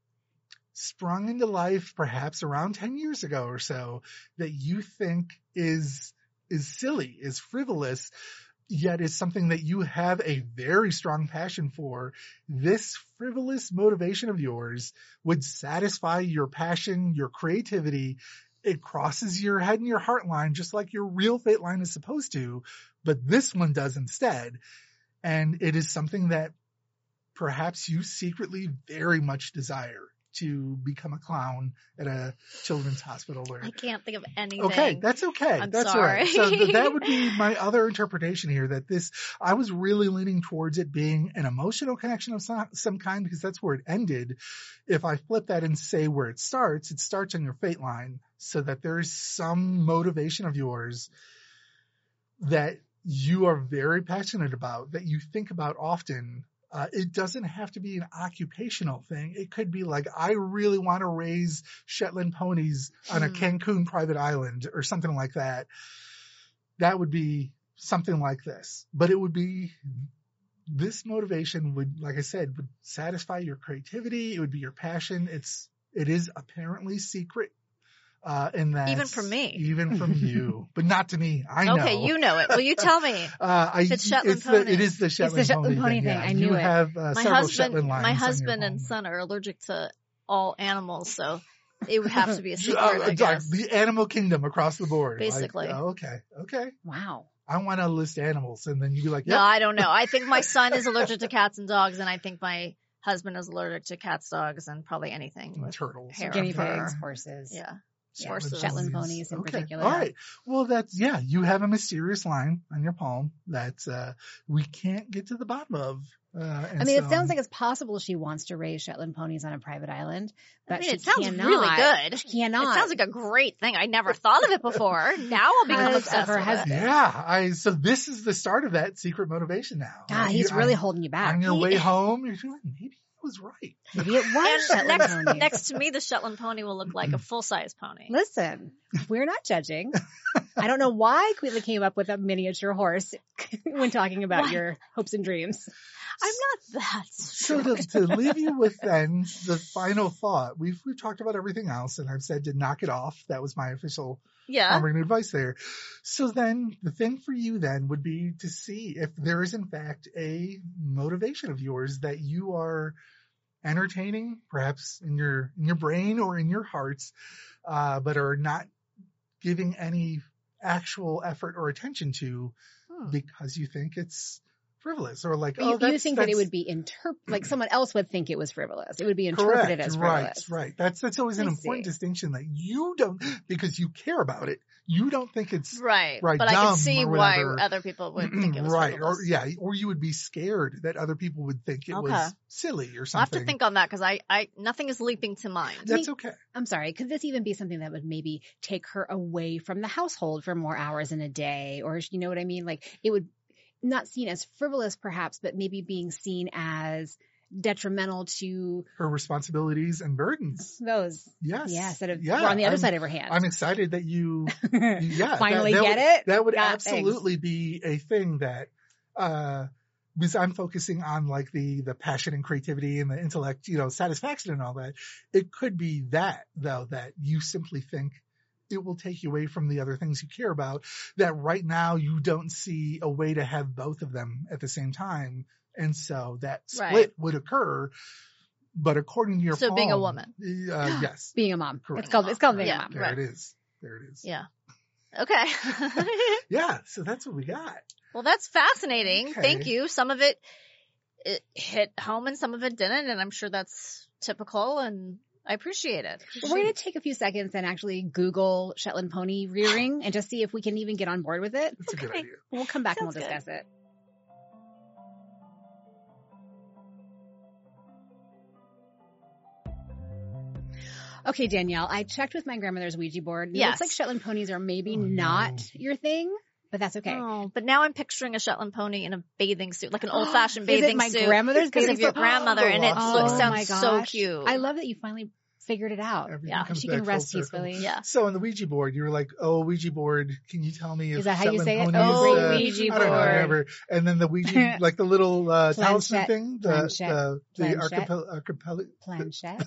Speaker 3: sprung into life perhaps around 10 years ago or so that you think is is silly, is frivolous, yet is something that you have a very strong passion for this frivolous motivation of yours would satisfy your passion, your creativity. It crosses your head and your heart line just like your real fate line is supposed to, but this one does instead. And it is something that perhaps you secretly very much desire to become a clown at a children's hospital or
Speaker 2: I can't think of anything.
Speaker 3: Okay, that's okay.
Speaker 2: I'm
Speaker 3: that's all right. So
Speaker 2: sorry.
Speaker 3: th- that would be my other interpretation here that this, I was really leaning towards it being an emotional connection of some, some kind because that's where it ended. If I flip that and say where it starts, it starts on your fate line so that there is some motivation of yours that you are very passionate about, that you think about often. Uh, it doesn't have to be an occupational thing. It could be like, I really want to raise Shetland ponies on a
Speaker 2: Hmm.
Speaker 3: Cancun private island or something like that. That would be something like this, but it would be this motivation would, like I said, would satisfy your creativity. It would be your passion. It's, it is apparently secret. Uh, in that
Speaker 2: Even from me.
Speaker 3: even from you, but not to me. I know.
Speaker 2: okay, you know it. Will you tell me?
Speaker 3: Uh, I,
Speaker 2: If it's Shetland
Speaker 3: it's the,
Speaker 2: pony.
Speaker 3: it is the Shetland,
Speaker 1: Shetland
Speaker 3: pony
Speaker 1: pony
Speaker 3: thing.
Speaker 1: thing,
Speaker 3: yeah.
Speaker 1: I knew
Speaker 3: you
Speaker 1: it.
Speaker 3: Have, uh,
Speaker 2: my
Speaker 3: several
Speaker 2: husband,
Speaker 3: Shetland lions
Speaker 2: my
Speaker 3: on your
Speaker 2: husband
Speaker 3: home.
Speaker 2: and son are allergic to all animals, so it would have to be a secret.
Speaker 3: Uh,
Speaker 2: I
Speaker 3: like
Speaker 2: guess.
Speaker 3: the animal kingdom across the board. Like,
Speaker 2: Basically.
Speaker 3: oh, okay, okay.
Speaker 1: Wow.
Speaker 3: I want to list animals, and then you'd be like,
Speaker 2: No,
Speaker 3: "Yep,
Speaker 2: I don't know. I think my son is allergic to cats and dogs, and I think my husband is allergic to cats, dogs, and probably anything. With,
Speaker 3: turtles,
Speaker 2: hair.
Speaker 1: Guinea
Speaker 3: Okay.
Speaker 1: pigs, horses.
Speaker 2: yeah,
Speaker 1: Yeah,
Speaker 2: horses.
Speaker 1: Shetland ponies in
Speaker 3: okay.
Speaker 1: particular.
Speaker 3: All right. Well, that's yeah. You have a mysterious line on your palm that uh, we can't get to the bottom of. Uh,
Speaker 1: I mean, it
Speaker 2: um,
Speaker 1: sounds like it's possible she wants to raise Shetland ponies on a private island, but
Speaker 2: I mean,
Speaker 1: she
Speaker 2: it sounds
Speaker 1: cannot.
Speaker 2: really good.
Speaker 1: She cannot.
Speaker 2: It sounds like a great thing. I never thought of it before. Now I'll become
Speaker 1: Because of
Speaker 2: obsessed
Speaker 1: her
Speaker 2: with
Speaker 1: husband.
Speaker 2: it.
Speaker 3: yeah. I so this is the start of that secret motivation now.
Speaker 1: God,
Speaker 3: You-
Speaker 1: he's really
Speaker 3: on,
Speaker 1: holding you back.
Speaker 3: on your
Speaker 2: He-
Speaker 3: way home. You're feeling maybe I was right.
Speaker 1: Maybe it was
Speaker 2: And
Speaker 1: Shetland
Speaker 2: next,
Speaker 1: ponies.
Speaker 2: next to me, the Shetland pony will look like a full size pony.
Speaker 1: Listen, we're not judging. I don't know why Queetly came up with a miniature horse when talking about
Speaker 2: Why?
Speaker 1: your hopes and dreams.
Speaker 2: I'm not that.
Speaker 3: So
Speaker 2: Sure.
Speaker 3: to, to leave you with then the final thought, we've we've talked about everything else, and I've said to knock it off. That was my official
Speaker 2: Yeah.
Speaker 3: Palmer new advice there. So then the thing for you then would be to see if there is in fact a motivation of yours that you are entertaining, perhaps in your in your brain or in your hearts, uh, but are not giving any actual effort or attention to
Speaker 2: Hmm.
Speaker 3: because you think it's frivolous or like
Speaker 1: But
Speaker 3: oh
Speaker 1: you, you
Speaker 3: that's-
Speaker 1: think that it
Speaker 3: that's-
Speaker 1: would be interp like someone else would think it was frivolous. It would be interpreted as
Speaker 3: right,
Speaker 1: frivolous.
Speaker 3: right. That's that's always an
Speaker 1: I
Speaker 3: important
Speaker 1: see.
Speaker 3: distinction that you don't because you care about it. You don't think it's
Speaker 2: Right.
Speaker 3: Right,
Speaker 2: But I can
Speaker 3: dumb
Speaker 2: see
Speaker 3: or
Speaker 2: why
Speaker 3: whatever.
Speaker 2: other people would think it was
Speaker 3: right,
Speaker 2: frivolous.
Speaker 3: or yeah, or you would be scared that other people would think it
Speaker 2: Okay.
Speaker 3: was silly or
Speaker 2: I'll have
Speaker 3: something.
Speaker 2: to think on that because I, I, nothing is leaping to mind.
Speaker 3: That's okay.
Speaker 1: I'm sorry. Could this even be something that would maybe take her away from the household for more hours in a day? Or, you know what I mean? Like it would not seen as frivolous, perhaps, but maybe being seen as detrimental to
Speaker 3: Her responsibilities and burdens.
Speaker 1: those.
Speaker 3: Yes.
Speaker 1: Yeah, instead of
Speaker 3: yeah,
Speaker 1: we're on the other
Speaker 3: I'm,
Speaker 1: side of her hand.
Speaker 3: I'm excited that you. you- Yeah.
Speaker 1: Finally
Speaker 3: that,
Speaker 1: get
Speaker 3: that would,
Speaker 1: it?
Speaker 3: That would
Speaker 1: Yeah, thanks.
Speaker 3: absolutely be a thing that. uh because I'm focusing on like the the passion and creativity and the intellect, you know, satisfaction and all that. It could be that though that you simply think it will take you away from the other things you care about. That right now you don't see a way to have both of them at the same time, and so that split
Speaker 2: Right.
Speaker 3: would occur. But according to your
Speaker 2: So being a
Speaker 3: poem,
Speaker 2: woman.
Speaker 3: uh, yes,
Speaker 1: Being a mom.
Speaker 3: Correct.
Speaker 1: It's called it's called being
Speaker 2: Yeah.
Speaker 1: a mom.
Speaker 3: there
Speaker 2: Right.
Speaker 3: it is, there it is.
Speaker 2: Yeah. Okay.
Speaker 3: yeah, so that's what we got.
Speaker 2: well, that's fascinating. Thank
Speaker 3: Okay.
Speaker 2: you. Some of it, it hit home and some of it didn't. And I'm sure that's typical and I appreciate it.
Speaker 1: But we're gonna take a few seconds and actually Google Shetland pony rearing and just see if we can even get on board with it.
Speaker 3: That's a good
Speaker 2: Okay.
Speaker 3: idea.
Speaker 1: We'll come back
Speaker 2: Sounds
Speaker 1: and
Speaker 2: good.
Speaker 1: we'll discuss it. Okay, Danielle, I checked with my grandmother's Ouija board. and It
Speaker 2: Yes.
Speaker 1: looks like Shetland ponies are maybe
Speaker 3: Oh, no.
Speaker 1: not your thing, but that's okay.
Speaker 2: Oh, but now I'm picturing a Shetland pony in a bathing suit, like an old fashioned
Speaker 1: Is
Speaker 2: bathing
Speaker 1: it my
Speaker 2: suit.
Speaker 1: grandmother's
Speaker 2: because
Speaker 1: bathing
Speaker 2: of your
Speaker 1: suit?
Speaker 2: grandmother, and it
Speaker 3: Oh,
Speaker 2: looks
Speaker 3: my
Speaker 2: sounds so
Speaker 1: gosh.
Speaker 2: cute.
Speaker 1: I love that you finally figured it out.
Speaker 3: Everything
Speaker 2: Yeah,
Speaker 3: comes
Speaker 1: Uh, she
Speaker 3: back
Speaker 1: can
Speaker 3: full
Speaker 1: rest
Speaker 3: circle.
Speaker 1: peacefully.
Speaker 2: yeah.
Speaker 3: So on the Ouija board, you were like, "Oh, Ouija board, can you tell me if
Speaker 1: Is that how you
Speaker 3: Shetland
Speaker 1: say it?
Speaker 3: ponies,
Speaker 2: Oh,
Speaker 3: uh,
Speaker 2: Ouija
Speaker 3: I don't know,
Speaker 2: board.
Speaker 3: whatever." And then the Ouija, like the little uh, talisman
Speaker 1: Planchette,
Speaker 3: thing, the
Speaker 1: planchette,
Speaker 3: the, the
Speaker 1: planchette.
Speaker 3: archipel- archipelago,
Speaker 1: Planchette.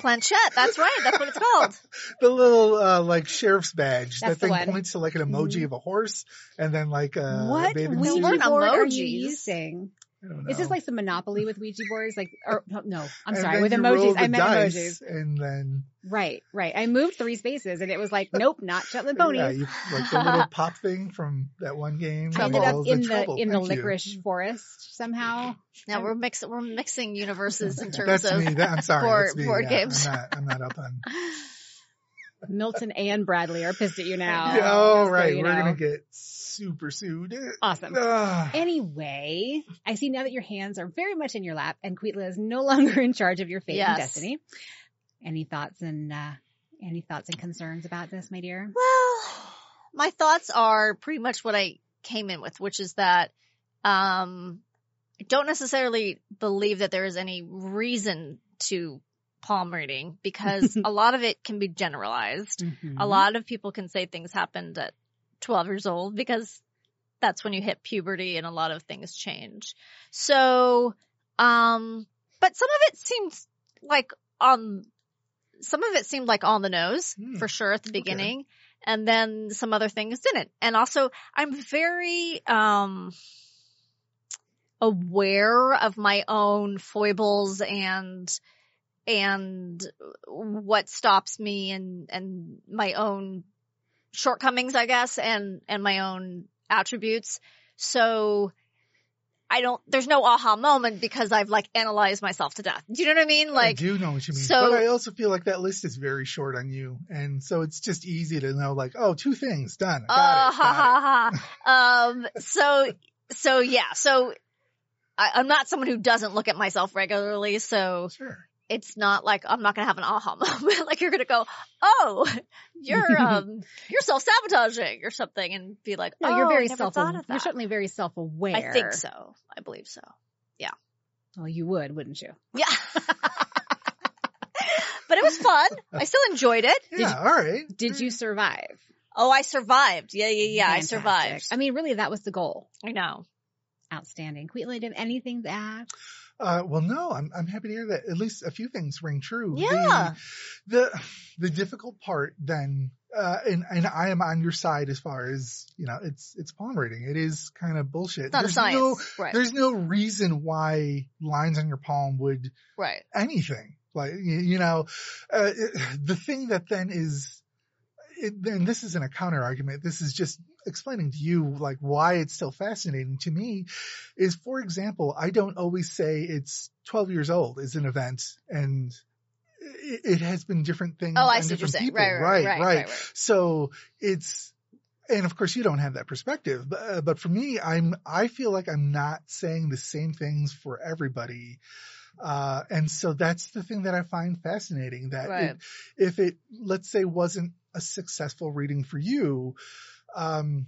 Speaker 2: Planchette. That's right. That's what it's called.
Speaker 3: the little uh, like sheriff's
Speaker 1: That's
Speaker 3: badge. that
Speaker 1: the
Speaker 3: thing
Speaker 1: one.
Speaker 3: points to like an emoji
Speaker 1: Mhm.
Speaker 3: of a horse, and then like uh,
Speaker 1: what
Speaker 3: bathing
Speaker 1: Ouija
Speaker 3: suit.
Speaker 2: weren't
Speaker 1: board are you
Speaker 2: emojis.
Speaker 1: using?
Speaker 3: I don't know.
Speaker 1: Is this like some Monopoly with Ouija boards? Like, or no, no I'm
Speaker 3: And
Speaker 1: sorry,
Speaker 3: then
Speaker 1: with
Speaker 3: you
Speaker 1: emojis.
Speaker 3: roll the
Speaker 1: I meant
Speaker 3: dice,
Speaker 1: emojis.
Speaker 3: And then
Speaker 1: Right, right. I moved three spaces and it was like, nope, not Shetland ponies.
Speaker 3: Yeah, you, like the little pop thing from that one game.
Speaker 1: I
Speaker 3: with
Speaker 1: ended
Speaker 3: all
Speaker 1: up in the
Speaker 3: trouble.
Speaker 1: in the
Speaker 3: Thank you.
Speaker 1: licorice forest somehow.
Speaker 2: Now we're mixing we're mixing universes in terms
Speaker 3: That's
Speaker 2: of
Speaker 3: me. That, I'm sorry.
Speaker 2: board-
Speaker 3: that's me.
Speaker 2: board
Speaker 3: yeah,
Speaker 2: games.
Speaker 3: I'm not, I'm not up on.
Speaker 1: Milton and Bradley are pissed at you now.
Speaker 3: Yeah, oh,
Speaker 1: Just so
Speaker 3: right.
Speaker 1: you
Speaker 3: We're
Speaker 1: know.
Speaker 3: gonna get super sued.
Speaker 1: awesome.
Speaker 3: Ah.
Speaker 1: Anyway, I see now that your hands are very much in your lap, and Quitla is no longer in charge of your fate and
Speaker 2: Yes.
Speaker 1: destiny. Any thoughts and uh, any thoughts and concerns about this, my dear?
Speaker 2: Well, my thoughts are pretty much what I came in with, which is that um, I don't necessarily believe that there is any reason to palm reading because a lot of it can be generalized.
Speaker 1: Mm-hmm.
Speaker 2: A lot of people can say things happened at 12 years old because that's when you hit puberty and a lot of things change. So, um, but some of it seems like on, some of it seemed like on the nose
Speaker 3: Hmm.
Speaker 2: for sure at the beginning. And then some other things didn't. And also I'm very, um, aware of my own foibles and, and what stops me and, and my own shortcomings, I guess, and, and my own attributes. So I don't, there's no aha moment because I've like analyzed myself to death. Do you know what I mean? Like,
Speaker 3: I do know what you mean.
Speaker 2: so-
Speaker 3: but I also feel like that list is very short on you. And so it's just easy to know like, oh, two things done. I
Speaker 2: Uh,
Speaker 3: Got it, got
Speaker 2: ha, ha, ha. um, so, so yeah, so I, I'm not someone who doesn't look at myself regularly, so
Speaker 3: it. Sure.
Speaker 2: it's not like I'm not gonna have an aha moment. like you're gonna go, oh, you're, um, you're self-sabotaging or something and be like,
Speaker 1: No,
Speaker 2: oh,
Speaker 1: you're
Speaker 2: I
Speaker 1: very
Speaker 2: never
Speaker 1: self.
Speaker 2: thought of
Speaker 1: You're
Speaker 2: that.
Speaker 1: certainly very self-aware.
Speaker 2: I think so. I believe so.
Speaker 1: Well, you would, wouldn't you?
Speaker 2: Yeah. but it was fun. I still enjoyed it.
Speaker 3: Yeah.
Speaker 1: you-
Speaker 3: all right.
Speaker 1: Did you survive?
Speaker 2: Oh, I survived. Yeah, Mm. yeah, yeah.
Speaker 1: Fantastic.
Speaker 2: I survived.
Speaker 1: I mean, really, that was the goal.
Speaker 2: I know.
Speaker 1: Outstanding. Quitla, did anything to add?
Speaker 3: Uh, well, no, I'm, I'm happy to hear that at least a few things ring true. The-
Speaker 2: Yeah.
Speaker 3: The, the, difficult part then, uh, and, and I am on your side as far as, you know, it's, it's palm reading. It is kind of bullshit.
Speaker 2: It's not a
Speaker 3: there's
Speaker 2: science.
Speaker 3: no,
Speaker 2: right.
Speaker 3: there's no reason why lines on your palm would
Speaker 2: Right.
Speaker 3: anything. Like, you, you know, uh, it, the thing that then is, it, and this isn't a counter argument. This is just explaining to you, like, why it's so fascinating to me is, for example, I don't always say it's 12 years old is an event and it, it has been different things.
Speaker 2: Oh, I
Speaker 3: on
Speaker 2: see what you're
Speaker 3: different
Speaker 2: saying.
Speaker 3: people.
Speaker 2: Right, right, right, right, right.
Speaker 3: So it's, and of course you don't have that perspective, but, uh, but for me, I'm, I feel like I'm not saying the same things for everybody. Uh, and so that's the thing that I find fascinating that
Speaker 2: Right.
Speaker 3: it, if it, let's say wasn't a successful reading for you, um,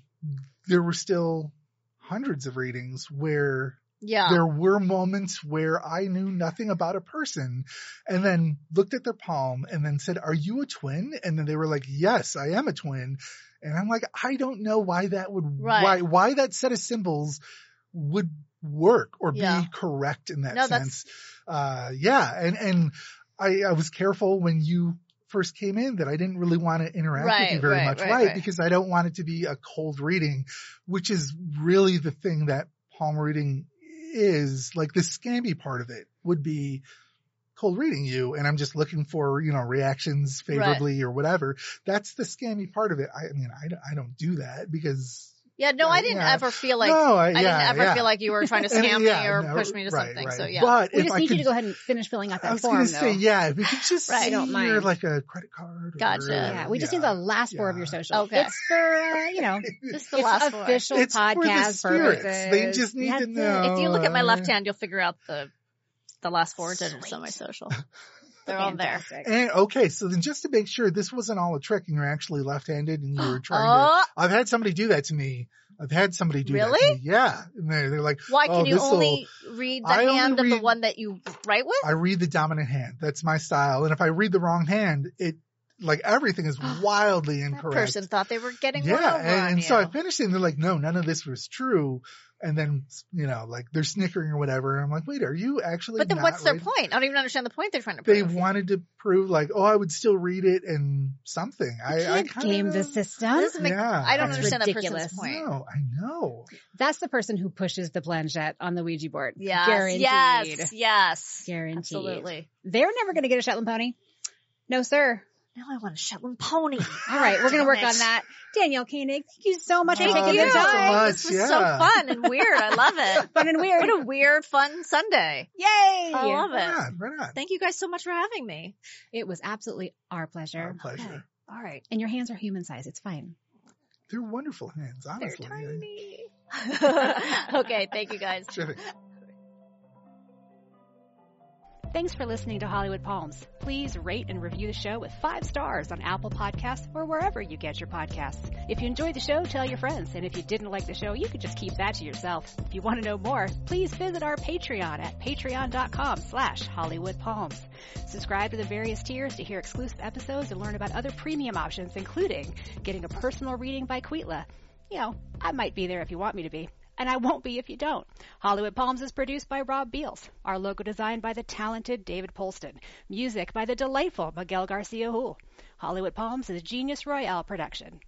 Speaker 3: there were still hundreds of readings where
Speaker 2: Yeah.
Speaker 3: there were moments where I knew nothing about a person and then looked at their palm and then said, Are you a twin? And then they were like, Yes, I am a twin. And I'm like, I don't know why that would,
Speaker 2: Right.
Speaker 3: why, why that set of symbols would work or
Speaker 2: Yeah.
Speaker 3: be correct in that
Speaker 2: No, that's-
Speaker 3: sense. Uh, yeah. And, and I, I was careful when you first came in that I didn't really want to interact with
Speaker 2: Right,
Speaker 3: you very
Speaker 2: right,
Speaker 3: much.
Speaker 2: right,
Speaker 3: why?
Speaker 2: right.
Speaker 3: Because I don't want it to be a cold reading which is really the thing that palm reading is like the scammy part of it would be cold reading you and I'm just looking for, you know, reactions favorably or whatever. That's the scammy part of it. I, mean, I, don't- I don't do that because
Speaker 2: Yeah, no,
Speaker 3: Yeah,
Speaker 2: I didn't
Speaker 3: yeah.
Speaker 2: ever feel like
Speaker 3: no, I,
Speaker 2: I
Speaker 3: yeah,
Speaker 2: didn't ever
Speaker 3: yeah.
Speaker 2: feel like you were trying to
Speaker 3: And,
Speaker 2: scam me
Speaker 3: yeah,
Speaker 2: or
Speaker 3: no,
Speaker 2: push me to
Speaker 3: right,
Speaker 2: something.
Speaker 3: right.
Speaker 2: So yeah,
Speaker 3: But
Speaker 1: We
Speaker 3: if
Speaker 1: just
Speaker 3: I
Speaker 1: need
Speaker 3: could,
Speaker 1: you to go ahead and finish filling out
Speaker 3: I
Speaker 1: that
Speaker 3: was going
Speaker 1: form,
Speaker 3: to say,
Speaker 1: though.
Speaker 3: yeah, if we could just
Speaker 2: Right. I
Speaker 3: see
Speaker 1: don't
Speaker 3: your
Speaker 1: mind.
Speaker 3: like a credit card. or-
Speaker 2: Gotcha.
Speaker 1: Yeah, we just need
Speaker 3: yeah.
Speaker 1: the last four of your
Speaker 3: yeah.
Speaker 1: social.
Speaker 2: Okay.
Speaker 1: It's for, uh, you know,
Speaker 2: just the
Speaker 1: it's
Speaker 2: last one.
Speaker 1: official
Speaker 3: It's for
Speaker 1: podcast
Speaker 3: the spirits.
Speaker 1: purposes.
Speaker 3: They just need
Speaker 1: That's
Speaker 3: to
Speaker 1: it.
Speaker 3: know.
Speaker 2: If you look at my left
Speaker 3: uh,
Speaker 2: hand, you'll figure out the the last four digits of my
Speaker 1: Sweet.
Speaker 2: social. They're on there.
Speaker 1: Fantastic.
Speaker 3: And okay, so then just to make sure this wasn't all a trick and you're actually left-handed and you were trying to.
Speaker 2: Oh,
Speaker 3: I've had somebody do that to me. I've had somebody do that. To
Speaker 2: Really?
Speaker 3: me. Yeah, and they're, they're like,
Speaker 2: why
Speaker 3: Oh,
Speaker 2: can you
Speaker 3: this'll-
Speaker 2: only read the
Speaker 3: I only
Speaker 2: hand of
Speaker 3: read-
Speaker 2: the one that you write with?
Speaker 3: I read the dominant hand. That's my style. And if I read the wrong hand, it like everything is wildly
Speaker 2: That
Speaker 3: incorrect.
Speaker 2: person thought they were getting one
Speaker 3: yeah,
Speaker 2: over
Speaker 3: and,
Speaker 2: on
Speaker 3: and
Speaker 2: you.
Speaker 3: so I finished it, and they're like, "No, none of this was true." And then you know, like they're snickering or whatever. And I'm like, "Wait, are you actually?"
Speaker 2: but then
Speaker 3: not
Speaker 2: what's their
Speaker 3: reading-
Speaker 2: point? I don't even understand the point they're trying to
Speaker 3: They
Speaker 2: prove.
Speaker 3: wanted to prove, like, "Oh, I would still read it and something." I,
Speaker 1: You
Speaker 3: I
Speaker 1: can't
Speaker 3: kinda,
Speaker 1: game the system.
Speaker 2: This is- make-
Speaker 3: Yeah,
Speaker 2: I don't
Speaker 1: That's
Speaker 2: understand that
Speaker 1: ridiculous.
Speaker 2: person's point.
Speaker 3: No, I know.
Speaker 1: That's the person who pushes the planchette on the Ouija board.
Speaker 2: Yes,
Speaker 1: Guaranteed.
Speaker 2: yes, yes,
Speaker 1: Guaranteed.
Speaker 2: absolutely.
Speaker 1: They're never going to get a Shetland pony. No, sir.
Speaker 2: Now I want a Shetland pony.
Speaker 1: All right, we're going to
Speaker 2: Ah, Damn
Speaker 1: work
Speaker 2: it.
Speaker 1: on that. Danielle Koenig, thank you so much
Speaker 2: Thank
Speaker 1: for taking
Speaker 2: you.
Speaker 1: the
Speaker 3: so
Speaker 1: time.
Speaker 3: much,
Speaker 2: This was so
Speaker 3: yeah.
Speaker 2: fun and weird. I love it.
Speaker 1: Fun and weird.
Speaker 2: What a weird, fun Sunday.
Speaker 1: Yay!
Speaker 2: I love
Speaker 3: Right
Speaker 2: it.
Speaker 3: on, right on.
Speaker 2: Thank you guys so much for having me.
Speaker 1: It was absolutely our pleasure.
Speaker 3: Our pleasure.
Speaker 2: All right.
Speaker 1: And your hands are human size. It's fine.
Speaker 3: They're wonderful hands,
Speaker 2: They're
Speaker 3: honestly.
Speaker 2: tiny. okay. Thank you guys.
Speaker 3: Terrific.
Speaker 1: Thanks for listening to Hollywood Palms. Please rate and review the show with five stars on Apple Podcasts or wherever you get your podcasts. If you enjoyed the show, tell your friends. And if you didn't like the show, you could just keep that to yourself. If you want to know more, please visit our Patreon at patreon.com slash Hollywood Palms. Subscribe to the various tiers to hear exclusive episodes and learn about other premium options, including getting a personal reading by Quitla. You know, I might be there if you want me to be. And I won't be if you don't. Hollywood Palms is produced by Rob Beals. Our logo designed by the talented David Polston. Music by the delightful Miguel Garcia Hull. Hollywood Palms is a Genius Royale production.